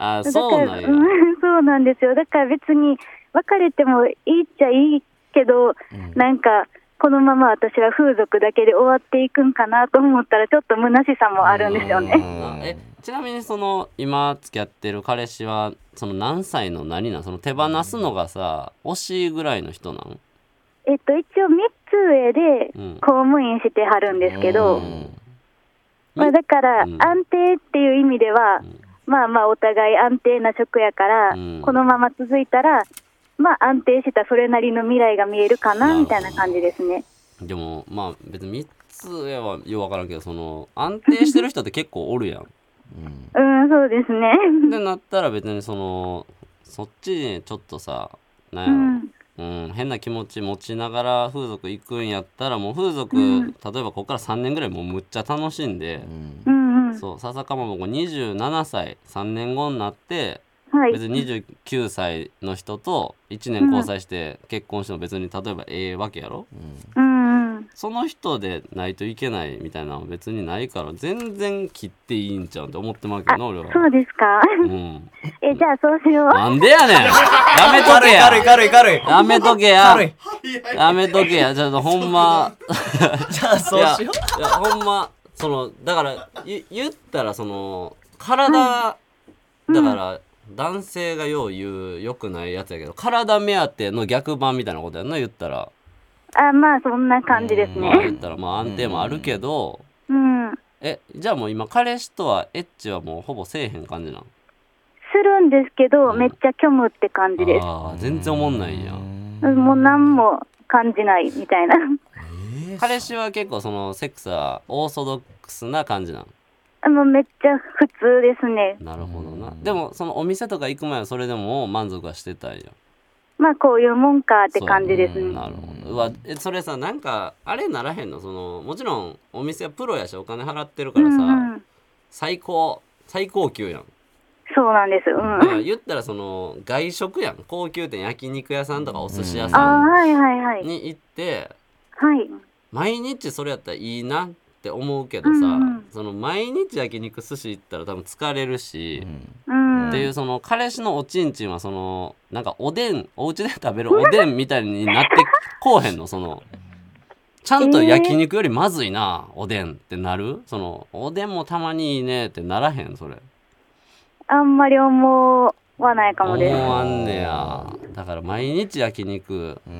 [SPEAKER 1] あ
[SPEAKER 4] だか
[SPEAKER 1] そう
[SPEAKER 4] ら
[SPEAKER 1] なんや、
[SPEAKER 4] うん そうなんですよ。だから別に別れてもいいっちゃいいけど、なんか、このまま私は風俗だけで終わっていくんかなと思ったら、ちょっと虚しさもあるんですよね。
[SPEAKER 1] あえちなみにその今付き合ってる彼氏はその何歳の何なんその手放すのがさ惜しいぐらいの人なん
[SPEAKER 4] えっと、一応3つ上で
[SPEAKER 1] うん
[SPEAKER 4] 公務員してはるんですけど、ま
[SPEAKER 1] う
[SPEAKER 4] あ、
[SPEAKER 1] ん
[SPEAKER 4] だから
[SPEAKER 1] う
[SPEAKER 4] 安
[SPEAKER 1] ん
[SPEAKER 4] 定っていう意味では、
[SPEAKER 1] ん
[SPEAKER 4] まあまあお互い安定な職やから、
[SPEAKER 1] うん
[SPEAKER 4] このまま続いたら、まあ安定したそれなりの未来が見えるか
[SPEAKER 1] なる
[SPEAKER 4] な、
[SPEAKER 1] ほど
[SPEAKER 4] みたいな感じですね。
[SPEAKER 1] でもまあ別に3つ上はようわからんけどその安定してる人って結構おるやん
[SPEAKER 4] うん、そうですね。
[SPEAKER 1] ってなったら別にそのそっちにちょっとさ
[SPEAKER 4] う
[SPEAKER 1] なんや
[SPEAKER 4] ん、
[SPEAKER 1] ろ、うん変な気持ち持ちながら風俗行くんやったらもう風俗、
[SPEAKER 4] うん
[SPEAKER 1] 例えばここから3年ぐらいもうむっちゃ楽しんで、
[SPEAKER 4] うん、うん。
[SPEAKER 1] そう笹かまぼこ27歳3年後になって
[SPEAKER 4] はい。
[SPEAKER 1] 別に29歳の人と1年交際して結婚しても別に例えばええわけやろ、
[SPEAKER 4] うん、うん。
[SPEAKER 1] その人でないといけないみたいなのは別にないから全然切っていいんちゃうんって思ってまうけどな俺は。
[SPEAKER 4] そうですか。
[SPEAKER 1] うん
[SPEAKER 4] え、じゃあそうしよう。
[SPEAKER 1] なんでやねん。やめとけ
[SPEAKER 6] 軽い
[SPEAKER 1] や。
[SPEAKER 6] 軽い軽い
[SPEAKER 1] やめとけや
[SPEAKER 6] 軽い。
[SPEAKER 1] やめとけや。ちょっとほんま。
[SPEAKER 6] じゃあそうしよう
[SPEAKER 1] いやいやほんま、その、だから、ゆ言ったら、その、体、だから、男性がよう言う、よくないやつやけど、体目当ての逆版みたいなことやんな、言ったら。
[SPEAKER 4] あ、まあそんな感じです
[SPEAKER 1] まあ、
[SPEAKER 4] ね。
[SPEAKER 1] 言ったら、まあ安定もあるけど、
[SPEAKER 4] うん。
[SPEAKER 1] え、じゃあもう今、彼氏とはエッチはもうほぼせえへん感じなん
[SPEAKER 4] するんですけど、
[SPEAKER 1] うん
[SPEAKER 4] めっちゃ虚無って感じです。
[SPEAKER 1] ああ、全然おもんないやん。
[SPEAKER 4] もう何も感じないみたいな。
[SPEAKER 1] 彼氏は結構そのセックスはオーソドックスな感じなの
[SPEAKER 4] あのめっちゃ普通ですね。
[SPEAKER 1] なるほどなでもそのお店とか行く前はそれでも満足はしてたんや
[SPEAKER 4] まあこういうもんかって感じです
[SPEAKER 1] そうや
[SPEAKER 4] ね。
[SPEAKER 1] なるほどうわえそれさなんかあれならへんのそのもちろんお店はプロやしお金払ってる
[SPEAKER 4] う
[SPEAKER 1] からさ、
[SPEAKER 4] んうん、
[SPEAKER 1] 最高最高級やん
[SPEAKER 4] そうなんです。うん。
[SPEAKER 1] だから言ったらその外食やん高級店焼肉屋さんとかお寿司屋
[SPEAKER 4] あ
[SPEAKER 1] さ
[SPEAKER 4] はいはいは
[SPEAKER 1] ん
[SPEAKER 4] い。
[SPEAKER 1] に行って
[SPEAKER 4] はい。
[SPEAKER 1] 毎日それやったらいいなって思うけどさ、
[SPEAKER 4] うんうん
[SPEAKER 1] その毎日焼肉寿司行ったら多分疲れるし、
[SPEAKER 4] うん。
[SPEAKER 1] っていうその彼氏のおちんちんはそのなんかおでんお家で食べるおでんみたいになってこうへんのそのちゃんと焼肉よりまずいなおでんってなるそのおでんもたまにいいねってならへんそれ
[SPEAKER 4] あんまり思わないかもです。
[SPEAKER 1] 思わんねやだから毎日焼肉、そ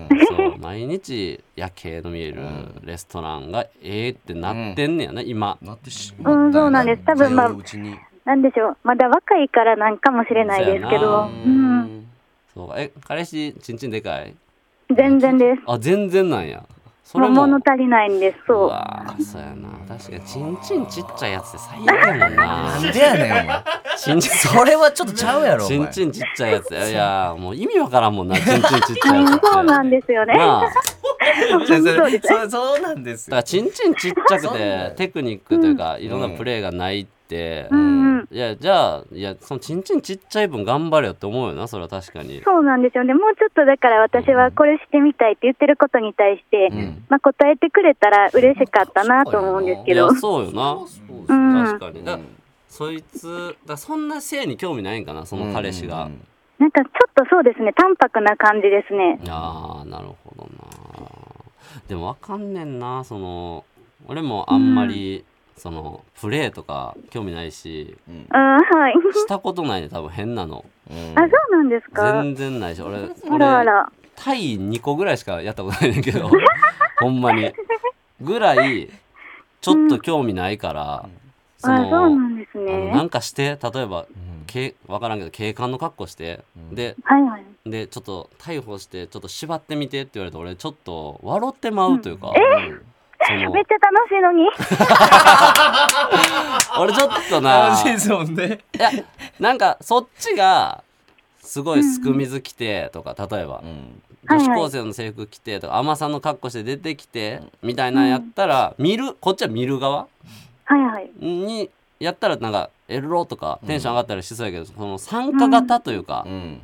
[SPEAKER 1] う毎日夜景の見えるレストランがええってなってんねやな、今
[SPEAKER 2] なってし
[SPEAKER 4] う
[SPEAKER 2] ま
[SPEAKER 4] ん、
[SPEAKER 2] った
[SPEAKER 4] そう
[SPEAKER 2] よ
[SPEAKER 4] なんです。多分まあ
[SPEAKER 2] 通う、うちに
[SPEAKER 4] なんでしょう。まだ若いからなんかもしれないですけ
[SPEAKER 1] そうや
[SPEAKER 4] ど
[SPEAKER 1] な、
[SPEAKER 4] うん。
[SPEAKER 1] そうかえ彼氏ちんちんでかい
[SPEAKER 4] 全然です。
[SPEAKER 1] あ全然なんやそ
[SPEAKER 4] もう物足りないんです。そうう。
[SPEAKER 1] わーそうやな確かにチンチンちっちゃいやつって最悪やも んな
[SPEAKER 6] なんでやねんお前
[SPEAKER 1] チンチン
[SPEAKER 6] それはちょっとちゃうやろお
[SPEAKER 1] チン
[SPEAKER 6] 前
[SPEAKER 1] チンちっちゃいやついやいやもう意味わからんもんなチンチンちっちゃいやつ
[SPEAKER 4] う
[SPEAKER 1] っ
[SPEAKER 4] ん
[SPEAKER 1] て
[SPEAKER 4] そうなんですよね。
[SPEAKER 1] なあだか
[SPEAKER 6] そうそうそうなんですよ
[SPEAKER 1] らチンチンちっちゃくてテクニックというかいろんなプレーがないって、
[SPEAKER 4] うんうん。
[SPEAKER 1] いやじゃあいやそのチンチンちっちゃい分頑張れよって思うよなそれは確かに
[SPEAKER 4] そうなんですよね。もうちょっとだから私はこれしてみたいって言ってることに対して、まあ答えてくれたら嬉しかったなと思うんです
[SPEAKER 1] い
[SPEAKER 4] け
[SPEAKER 1] や
[SPEAKER 4] ど。
[SPEAKER 1] そうよな
[SPEAKER 4] うん
[SPEAKER 1] 確かにだからそいつだからそんな性に興味ないんかなその彼氏が、
[SPEAKER 4] なんかちょっとそうですね、淡白な感じですね。
[SPEAKER 1] ああなるほどなでもわかんねんなその俺もあんまりそのプレーとか興味ないし
[SPEAKER 4] あー はい。
[SPEAKER 1] したことないね多分変なの
[SPEAKER 4] あ、そうなんですか。
[SPEAKER 1] 全然ないし俺
[SPEAKER 4] あらあ
[SPEAKER 1] 俺
[SPEAKER 4] ら。
[SPEAKER 1] タイ2個ぐらいしかやったことないねんだけ どほんまにぐらいちょっと興味ないから、そ
[SPEAKER 4] あ、そう
[SPEAKER 1] の
[SPEAKER 4] なんです
[SPEAKER 1] あのな
[SPEAKER 4] ね。
[SPEAKER 1] んかして例えばけ分からんけど警官の格好して、で
[SPEAKER 4] はいはい。
[SPEAKER 1] でちょっと逮捕してちょっと縛ってみてって言われて俺ちょっと笑ってまうというか、そ
[SPEAKER 4] めっ
[SPEAKER 1] の
[SPEAKER 4] ちゃ楽しい のに。
[SPEAKER 1] 俺ちょっとな
[SPEAKER 6] ですもんね。
[SPEAKER 1] いやなんかそっちがすごいすく水着てとか例えば、女子高生の制服着てとか海女さんの格好して出てきてみたいなんやったら見るこっちは見る側
[SPEAKER 4] はいはい。
[SPEAKER 1] にやったらなんかエロとかテンション上がったりしそうやけど、その参加型というか、
[SPEAKER 4] うん。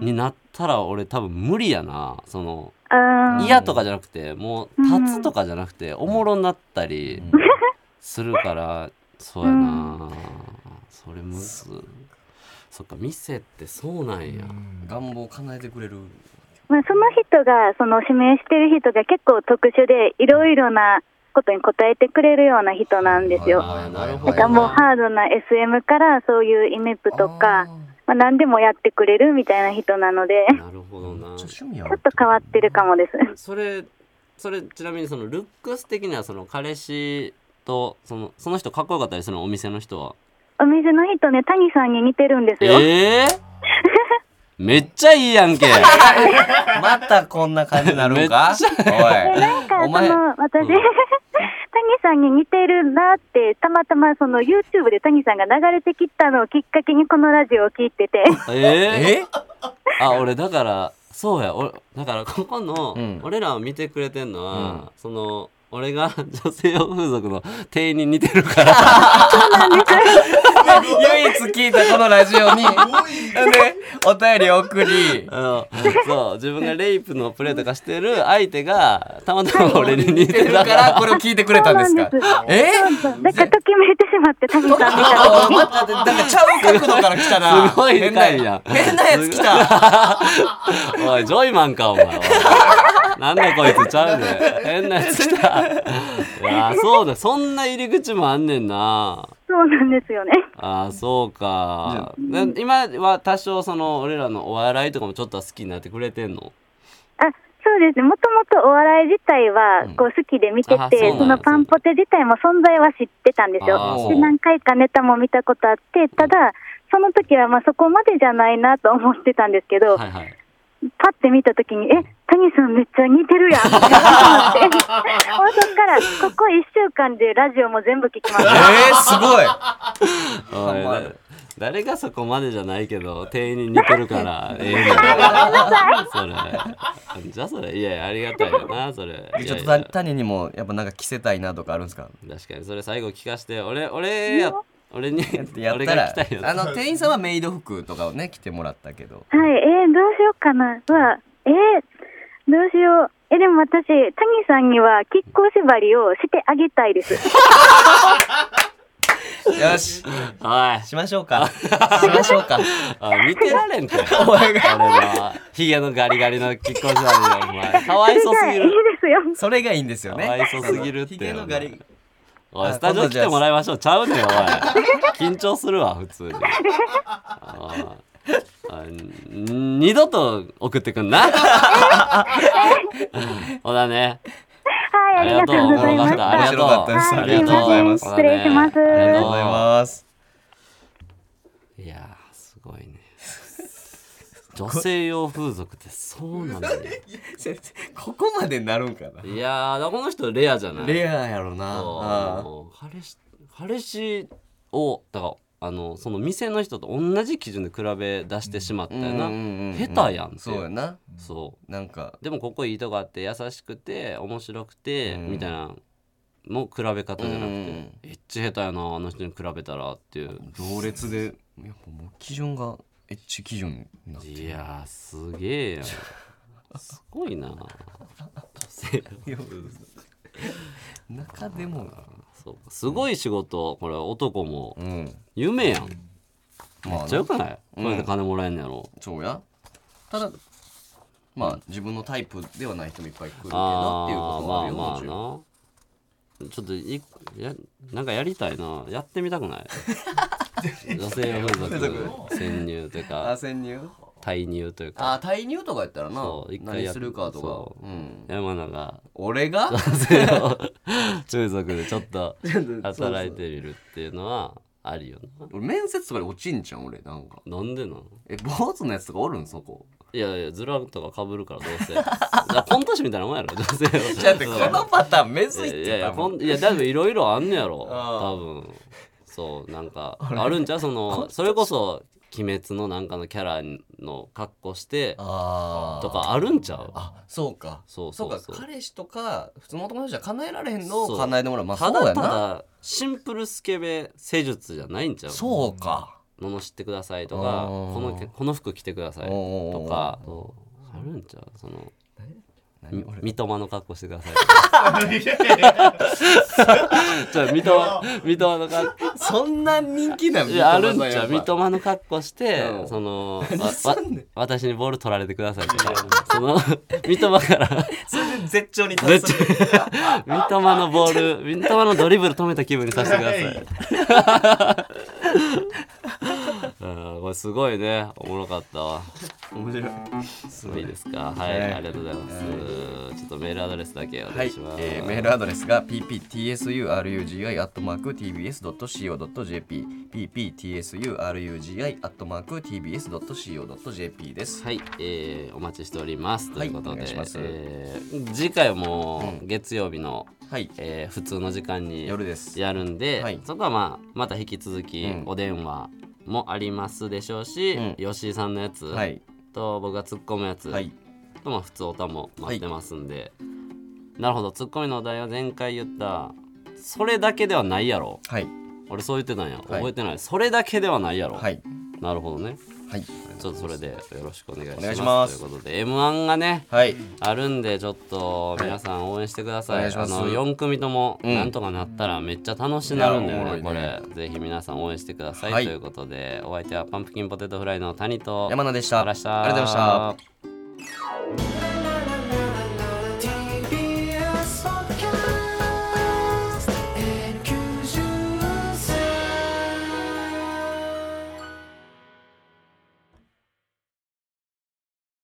[SPEAKER 1] になったら俺多分無理やなその
[SPEAKER 4] あー
[SPEAKER 1] 嫌とかじゃなくてもう立つとかじゃなくておもろになったりするからそうやなそれむずそっか店ってそうなんや
[SPEAKER 2] 願望叶えてくれる
[SPEAKER 4] まあ、その人が、その指名してる人が結構特殊で、いろいろなことに応えてくれるような人なんですよ。
[SPEAKER 1] あーなるほ
[SPEAKER 4] だから
[SPEAKER 1] ど
[SPEAKER 4] も
[SPEAKER 1] な
[SPEAKER 4] うハードな SM からそういうイメップとか、まあ、何でもやってくれるみたいな人なので、
[SPEAKER 1] なるほどな
[SPEAKER 2] じゃあ趣味あ
[SPEAKER 4] ちょ
[SPEAKER 2] る
[SPEAKER 4] っと変わってるかもです。
[SPEAKER 1] それそれちなみにそのルックス的にはその彼氏とそのその人かっこよかったりするのお店の人は
[SPEAKER 4] お店の人ね、谷さんに似てるんですよ。
[SPEAKER 1] ええー、めっちゃいいやんけ
[SPEAKER 6] またこんな感じになるんか。
[SPEAKER 4] なんか
[SPEAKER 6] おい。お
[SPEAKER 4] そ
[SPEAKER 6] 前。
[SPEAKER 4] の私、 谷さんに似てるなって、たまたまその YouTube で谷さんが流れてきたのをきっかけにこのラジオを聞いてて、
[SPEAKER 1] えー、
[SPEAKER 6] え？
[SPEAKER 1] あ俺だからそうや俺だからここの、
[SPEAKER 6] ん
[SPEAKER 1] 俺らを見てくれてんのは、その俺が 女性用風俗の店員に似てるから
[SPEAKER 6] 唯一聞いたこのラジオに。でお便り送り。
[SPEAKER 1] あのそう自分がレイプのプレーとかしてる相手がたまたま俺に似
[SPEAKER 6] 似て
[SPEAKER 1] て
[SPEAKER 6] る
[SPEAKER 1] る
[SPEAKER 6] か
[SPEAKER 1] からら
[SPEAKER 6] これを聞いてくれたんですか
[SPEAKER 4] そう。なん
[SPEAKER 6] え？
[SPEAKER 4] そうだからときめいてしまって、谷さん見た
[SPEAKER 6] あ
[SPEAKER 4] 時に。
[SPEAKER 6] またなんかちゃう角度から来たな。
[SPEAKER 1] すごい
[SPEAKER 6] 変な
[SPEAKER 1] 深いやん
[SPEAKER 6] 変なやつ来た。
[SPEAKER 1] おいジョイマンかお前おいなんだこいつちゃうねん変なやつ来たいやそうだそんな入り口もあんねんな
[SPEAKER 4] そうなんですよね。
[SPEAKER 1] ああそうかな今は多少その俺らのお笑いとかもちょっとは好きになってくれてんの
[SPEAKER 4] あそうですね、もともとお笑い自体はこう好きで見て
[SPEAKER 1] あそう
[SPEAKER 4] て、
[SPEAKER 1] なんや
[SPEAKER 4] そのパンポテ自体も存在は知ってたんです
[SPEAKER 1] あ
[SPEAKER 4] よ。
[SPEAKER 1] そう
[SPEAKER 4] で、何回かネタも見たことあって、ただ、その時はまあそこまでじゃないなと思ってたんですけど、
[SPEAKER 1] はいはい
[SPEAKER 4] パッて見た時に、え、谷さんめっちゃ似てるやんって 思って、もうそっから、ここ1週間でラジオも全部聞き まし
[SPEAKER 6] えー
[SPEAKER 4] た。
[SPEAKER 6] すごい。
[SPEAKER 1] おい
[SPEAKER 6] ま
[SPEAKER 1] だ誰がそこまでじゃないけど店員に似てるからええねんそれじゃあそれいやいやありがたいよなそれい
[SPEAKER 6] ちょっ
[SPEAKER 1] やい
[SPEAKER 6] と
[SPEAKER 1] や
[SPEAKER 6] 谷谷にもやっぱなんか着せたいなとかあるんですか
[SPEAKER 1] 確かにそれ最後聞かして俺俺や俺に
[SPEAKER 6] やっ
[SPEAKER 1] 俺
[SPEAKER 6] た
[SPEAKER 1] が
[SPEAKER 6] ら
[SPEAKER 1] 来たいよ
[SPEAKER 6] あの店員さんはメイド服とかをね着てもらったけ ど
[SPEAKER 4] はい、えー、どうしようかな。うわ、えー、どうしよう。え、でも私、谷さんには、キッコー縛りをしてあげたいです。
[SPEAKER 6] よし
[SPEAKER 1] おい
[SPEAKER 6] しましょう かしましょうか
[SPEAKER 1] あ見てられんてお前が俺のひげのガリガリのきっこしなのにお前かわいそすぎ
[SPEAKER 4] いい
[SPEAKER 1] る
[SPEAKER 4] ですよ。
[SPEAKER 6] それがいいんですよね
[SPEAKER 1] かわいそすぎるって
[SPEAKER 6] ひげのガリ
[SPEAKER 1] おいスタジオ来てもらいましょうちゃうねんおい緊張するわ普 通にああん二度と送ってくんな ほらね
[SPEAKER 4] はい、ありがとうございまし
[SPEAKER 1] あり
[SPEAKER 4] た。
[SPEAKER 1] がとうございました
[SPEAKER 4] あ
[SPEAKER 1] あ
[SPEAKER 4] り
[SPEAKER 1] り
[SPEAKER 4] が
[SPEAKER 1] がと
[SPEAKER 4] とう
[SPEAKER 1] う
[SPEAKER 4] ご
[SPEAKER 1] ご
[SPEAKER 4] ざ
[SPEAKER 1] ざ
[SPEAKER 4] い
[SPEAKER 1] い
[SPEAKER 4] ま
[SPEAKER 1] ますす
[SPEAKER 4] すいません失礼します
[SPEAKER 1] あ
[SPEAKER 6] ありがとうございま
[SPEAKER 1] りがとうございます
[SPEAKER 6] す
[SPEAKER 1] いやーすごいね女性用風俗ってそうなんだよ
[SPEAKER 6] 先生ここまでなるんかない
[SPEAKER 1] やーこの人 レアじゃない
[SPEAKER 6] レアやろなあ
[SPEAKER 1] そう彼氏彼氏をだからあのその店の人と同じ基準で比べ出してしまった
[SPEAKER 6] ー
[SPEAKER 1] よ
[SPEAKER 6] うん
[SPEAKER 1] な、
[SPEAKER 6] うんうんうん
[SPEAKER 1] 下手やんって
[SPEAKER 6] そうやな
[SPEAKER 1] そ
[SPEAKER 6] なんか
[SPEAKER 1] うでもここいいとこあって優しくて面白くて、
[SPEAKER 6] うん
[SPEAKER 1] みたいなの比べ方じゃ
[SPEAKER 6] う
[SPEAKER 1] なくて、
[SPEAKER 6] ん
[SPEAKER 1] エッチ下手やなあの人に比べたらっていう
[SPEAKER 6] 同列でやっぱもう基準がエッチ基準になって
[SPEAKER 1] いやーすげえやんすごいな女性
[SPEAKER 6] 中でも
[SPEAKER 1] そうかすごい仕事これ男も
[SPEAKER 6] うん
[SPEAKER 1] 夢やんめ
[SPEAKER 6] まあ
[SPEAKER 1] っちゃよくない、
[SPEAKER 6] うん
[SPEAKER 1] これで金もらえんのやろ
[SPEAKER 6] そうやただまあ自分のタイプではない人もいっぱい来るけどっていうこ
[SPEAKER 1] あ
[SPEAKER 6] と
[SPEAKER 1] ー
[SPEAKER 6] はあるよ
[SPEAKER 1] まあ
[SPEAKER 6] もちろん
[SPEAKER 1] まあちょっといやなんかやりたいなやってみたく ない女性風俗潜入という
[SPEAKER 6] あ
[SPEAKER 1] か
[SPEAKER 6] 潜入
[SPEAKER 1] 退入というか
[SPEAKER 2] あー退入とかやったらな
[SPEAKER 1] そう一回
[SPEAKER 2] 何
[SPEAKER 1] やっ
[SPEAKER 2] するかと
[SPEAKER 1] そ
[SPEAKER 2] か、うん、
[SPEAKER 1] 山名が
[SPEAKER 2] 俺が
[SPEAKER 1] 中族でちょっと 働いてみるっていうのはあるよな
[SPEAKER 2] 俺面接とかで落ちんじゃん俺なんか
[SPEAKER 1] なんでなの
[SPEAKER 2] え坊主のやつとかおるんそこ
[SPEAKER 1] いやいやズラとか被るからどう せいやコント師みたいなもんやろどうせ
[SPEAKER 2] だってこのパターンめずいっ
[SPEAKER 1] い
[SPEAKER 2] て
[SPEAKER 1] やいや
[SPEAKER 2] 多分
[SPEAKER 1] こんいや多分いろいろあんねやろ多分そうなんかあるんちゃうそのそれこそ「鬼滅」のなんかのキャラの格好して
[SPEAKER 2] あー
[SPEAKER 1] とかあるんちゃう
[SPEAKER 2] あそうか
[SPEAKER 1] そうそうそう
[SPEAKER 2] か彼氏とか普通の友達じゃ叶えられへんの
[SPEAKER 1] そ
[SPEAKER 2] を
[SPEAKER 1] う
[SPEAKER 2] 叶えてもらうまあそ
[SPEAKER 1] た
[SPEAKER 2] う
[SPEAKER 1] だ
[SPEAKER 2] や
[SPEAKER 1] た
[SPEAKER 2] な
[SPEAKER 1] だシンプルスケベ施術じゃないんちゃう
[SPEAKER 2] そうか
[SPEAKER 1] 罵ってくださいとか
[SPEAKER 2] あー
[SPEAKER 1] このこの服着てください
[SPEAKER 2] おー
[SPEAKER 1] とかそうあるんちゃうその
[SPEAKER 2] 何
[SPEAKER 1] み
[SPEAKER 2] 俺
[SPEAKER 1] 三笘の格好してくださいとか ちょ三笘三笘の格好
[SPEAKER 2] そんな人気なん
[SPEAKER 1] いやあるんちゃう
[SPEAKER 2] 認
[SPEAKER 1] 三笘の格好して、
[SPEAKER 2] うん
[SPEAKER 1] そのわ
[SPEAKER 2] すんねん
[SPEAKER 1] わ私にボール取られてくださいとかその 三笘から
[SPEAKER 2] 絶頂に達する
[SPEAKER 1] 三笘のボー ル三笘のドリブル止めた気分にさせてください。うんこれすごいねおもろかったわ
[SPEAKER 2] 面白い
[SPEAKER 1] いいですかはい、
[SPEAKER 2] はい
[SPEAKER 1] ありがとうございます、ちょっとメールアドレスだけお
[SPEAKER 2] は
[SPEAKER 1] 願い
[SPEAKER 2] い
[SPEAKER 1] します、、
[SPEAKER 2] えーメールアドレスが pptsurugi.tbs.co.jp pptsurugi.tbs.co.jp です。
[SPEAKER 1] はい、えーお待ちしておりますということ
[SPEAKER 2] はいお
[SPEAKER 1] で、
[SPEAKER 2] 願いします
[SPEAKER 1] えー次回も月曜日の、
[SPEAKER 2] はい、
[SPEAKER 1] えー普通の時間に
[SPEAKER 2] 夜です。
[SPEAKER 1] やるんで、
[SPEAKER 2] はい
[SPEAKER 1] そこはまあまた引き続き
[SPEAKER 2] うん
[SPEAKER 1] お電話もありますでしょうし、
[SPEAKER 2] うん
[SPEAKER 1] 吉井さんのやつ
[SPEAKER 2] はい、
[SPEAKER 1] と僕が突っ込むやつ
[SPEAKER 2] はい、
[SPEAKER 1] とまあ普通おたも待ってますんで、なるほど突っ込みのお題は前回言ったそれだけではないやろ
[SPEAKER 2] はい、
[SPEAKER 1] 俺そう言ってたんや
[SPEAKER 2] い
[SPEAKER 1] 覚えてない、それだけではないやろ、
[SPEAKER 2] はい、
[SPEAKER 1] なるほどね
[SPEAKER 2] はい。
[SPEAKER 1] ちょっとそれでよろしくお願いします
[SPEAKER 2] お願いします
[SPEAKER 1] ということで m 1がね
[SPEAKER 2] はい、
[SPEAKER 1] あるんでちょっと皆さん応援してください,、
[SPEAKER 2] お願いします
[SPEAKER 1] あの4組とも
[SPEAKER 2] うん
[SPEAKER 1] なんとかなったらめっちゃ楽しなるんだよね,、
[SPEAKER 2] いやおも
[SPEAKER 1] こ
[SPEAKER 2] ろ
[SPEAKER 1] れ
[SPEAKER 2] いね
[SPEAKER 1] ぜひ皆さん応援してください、
[SPEAKER 2] はい
[SPEAKER 1] ということでお相手はパンプキンポテトフライの谷と
[SPEAKER 2] 山名でした。
[SPEAKER 1] あ
[SPEAKER 2] あ
[SPEAKER 1] り
[SPEAKER 2] り
[SPEAKER 1] がとう
[SPEAKER 2] がとう
[SPEAKER 1] ご
[SPEAKER 2] ご
[SPEAKER 1] ざ
[SPEAKER 2] ざ
[SPEAKER 1] いま
[SPEAKER 2] いま
[SPEAKER 1] し
[SPEAKER 2] したた。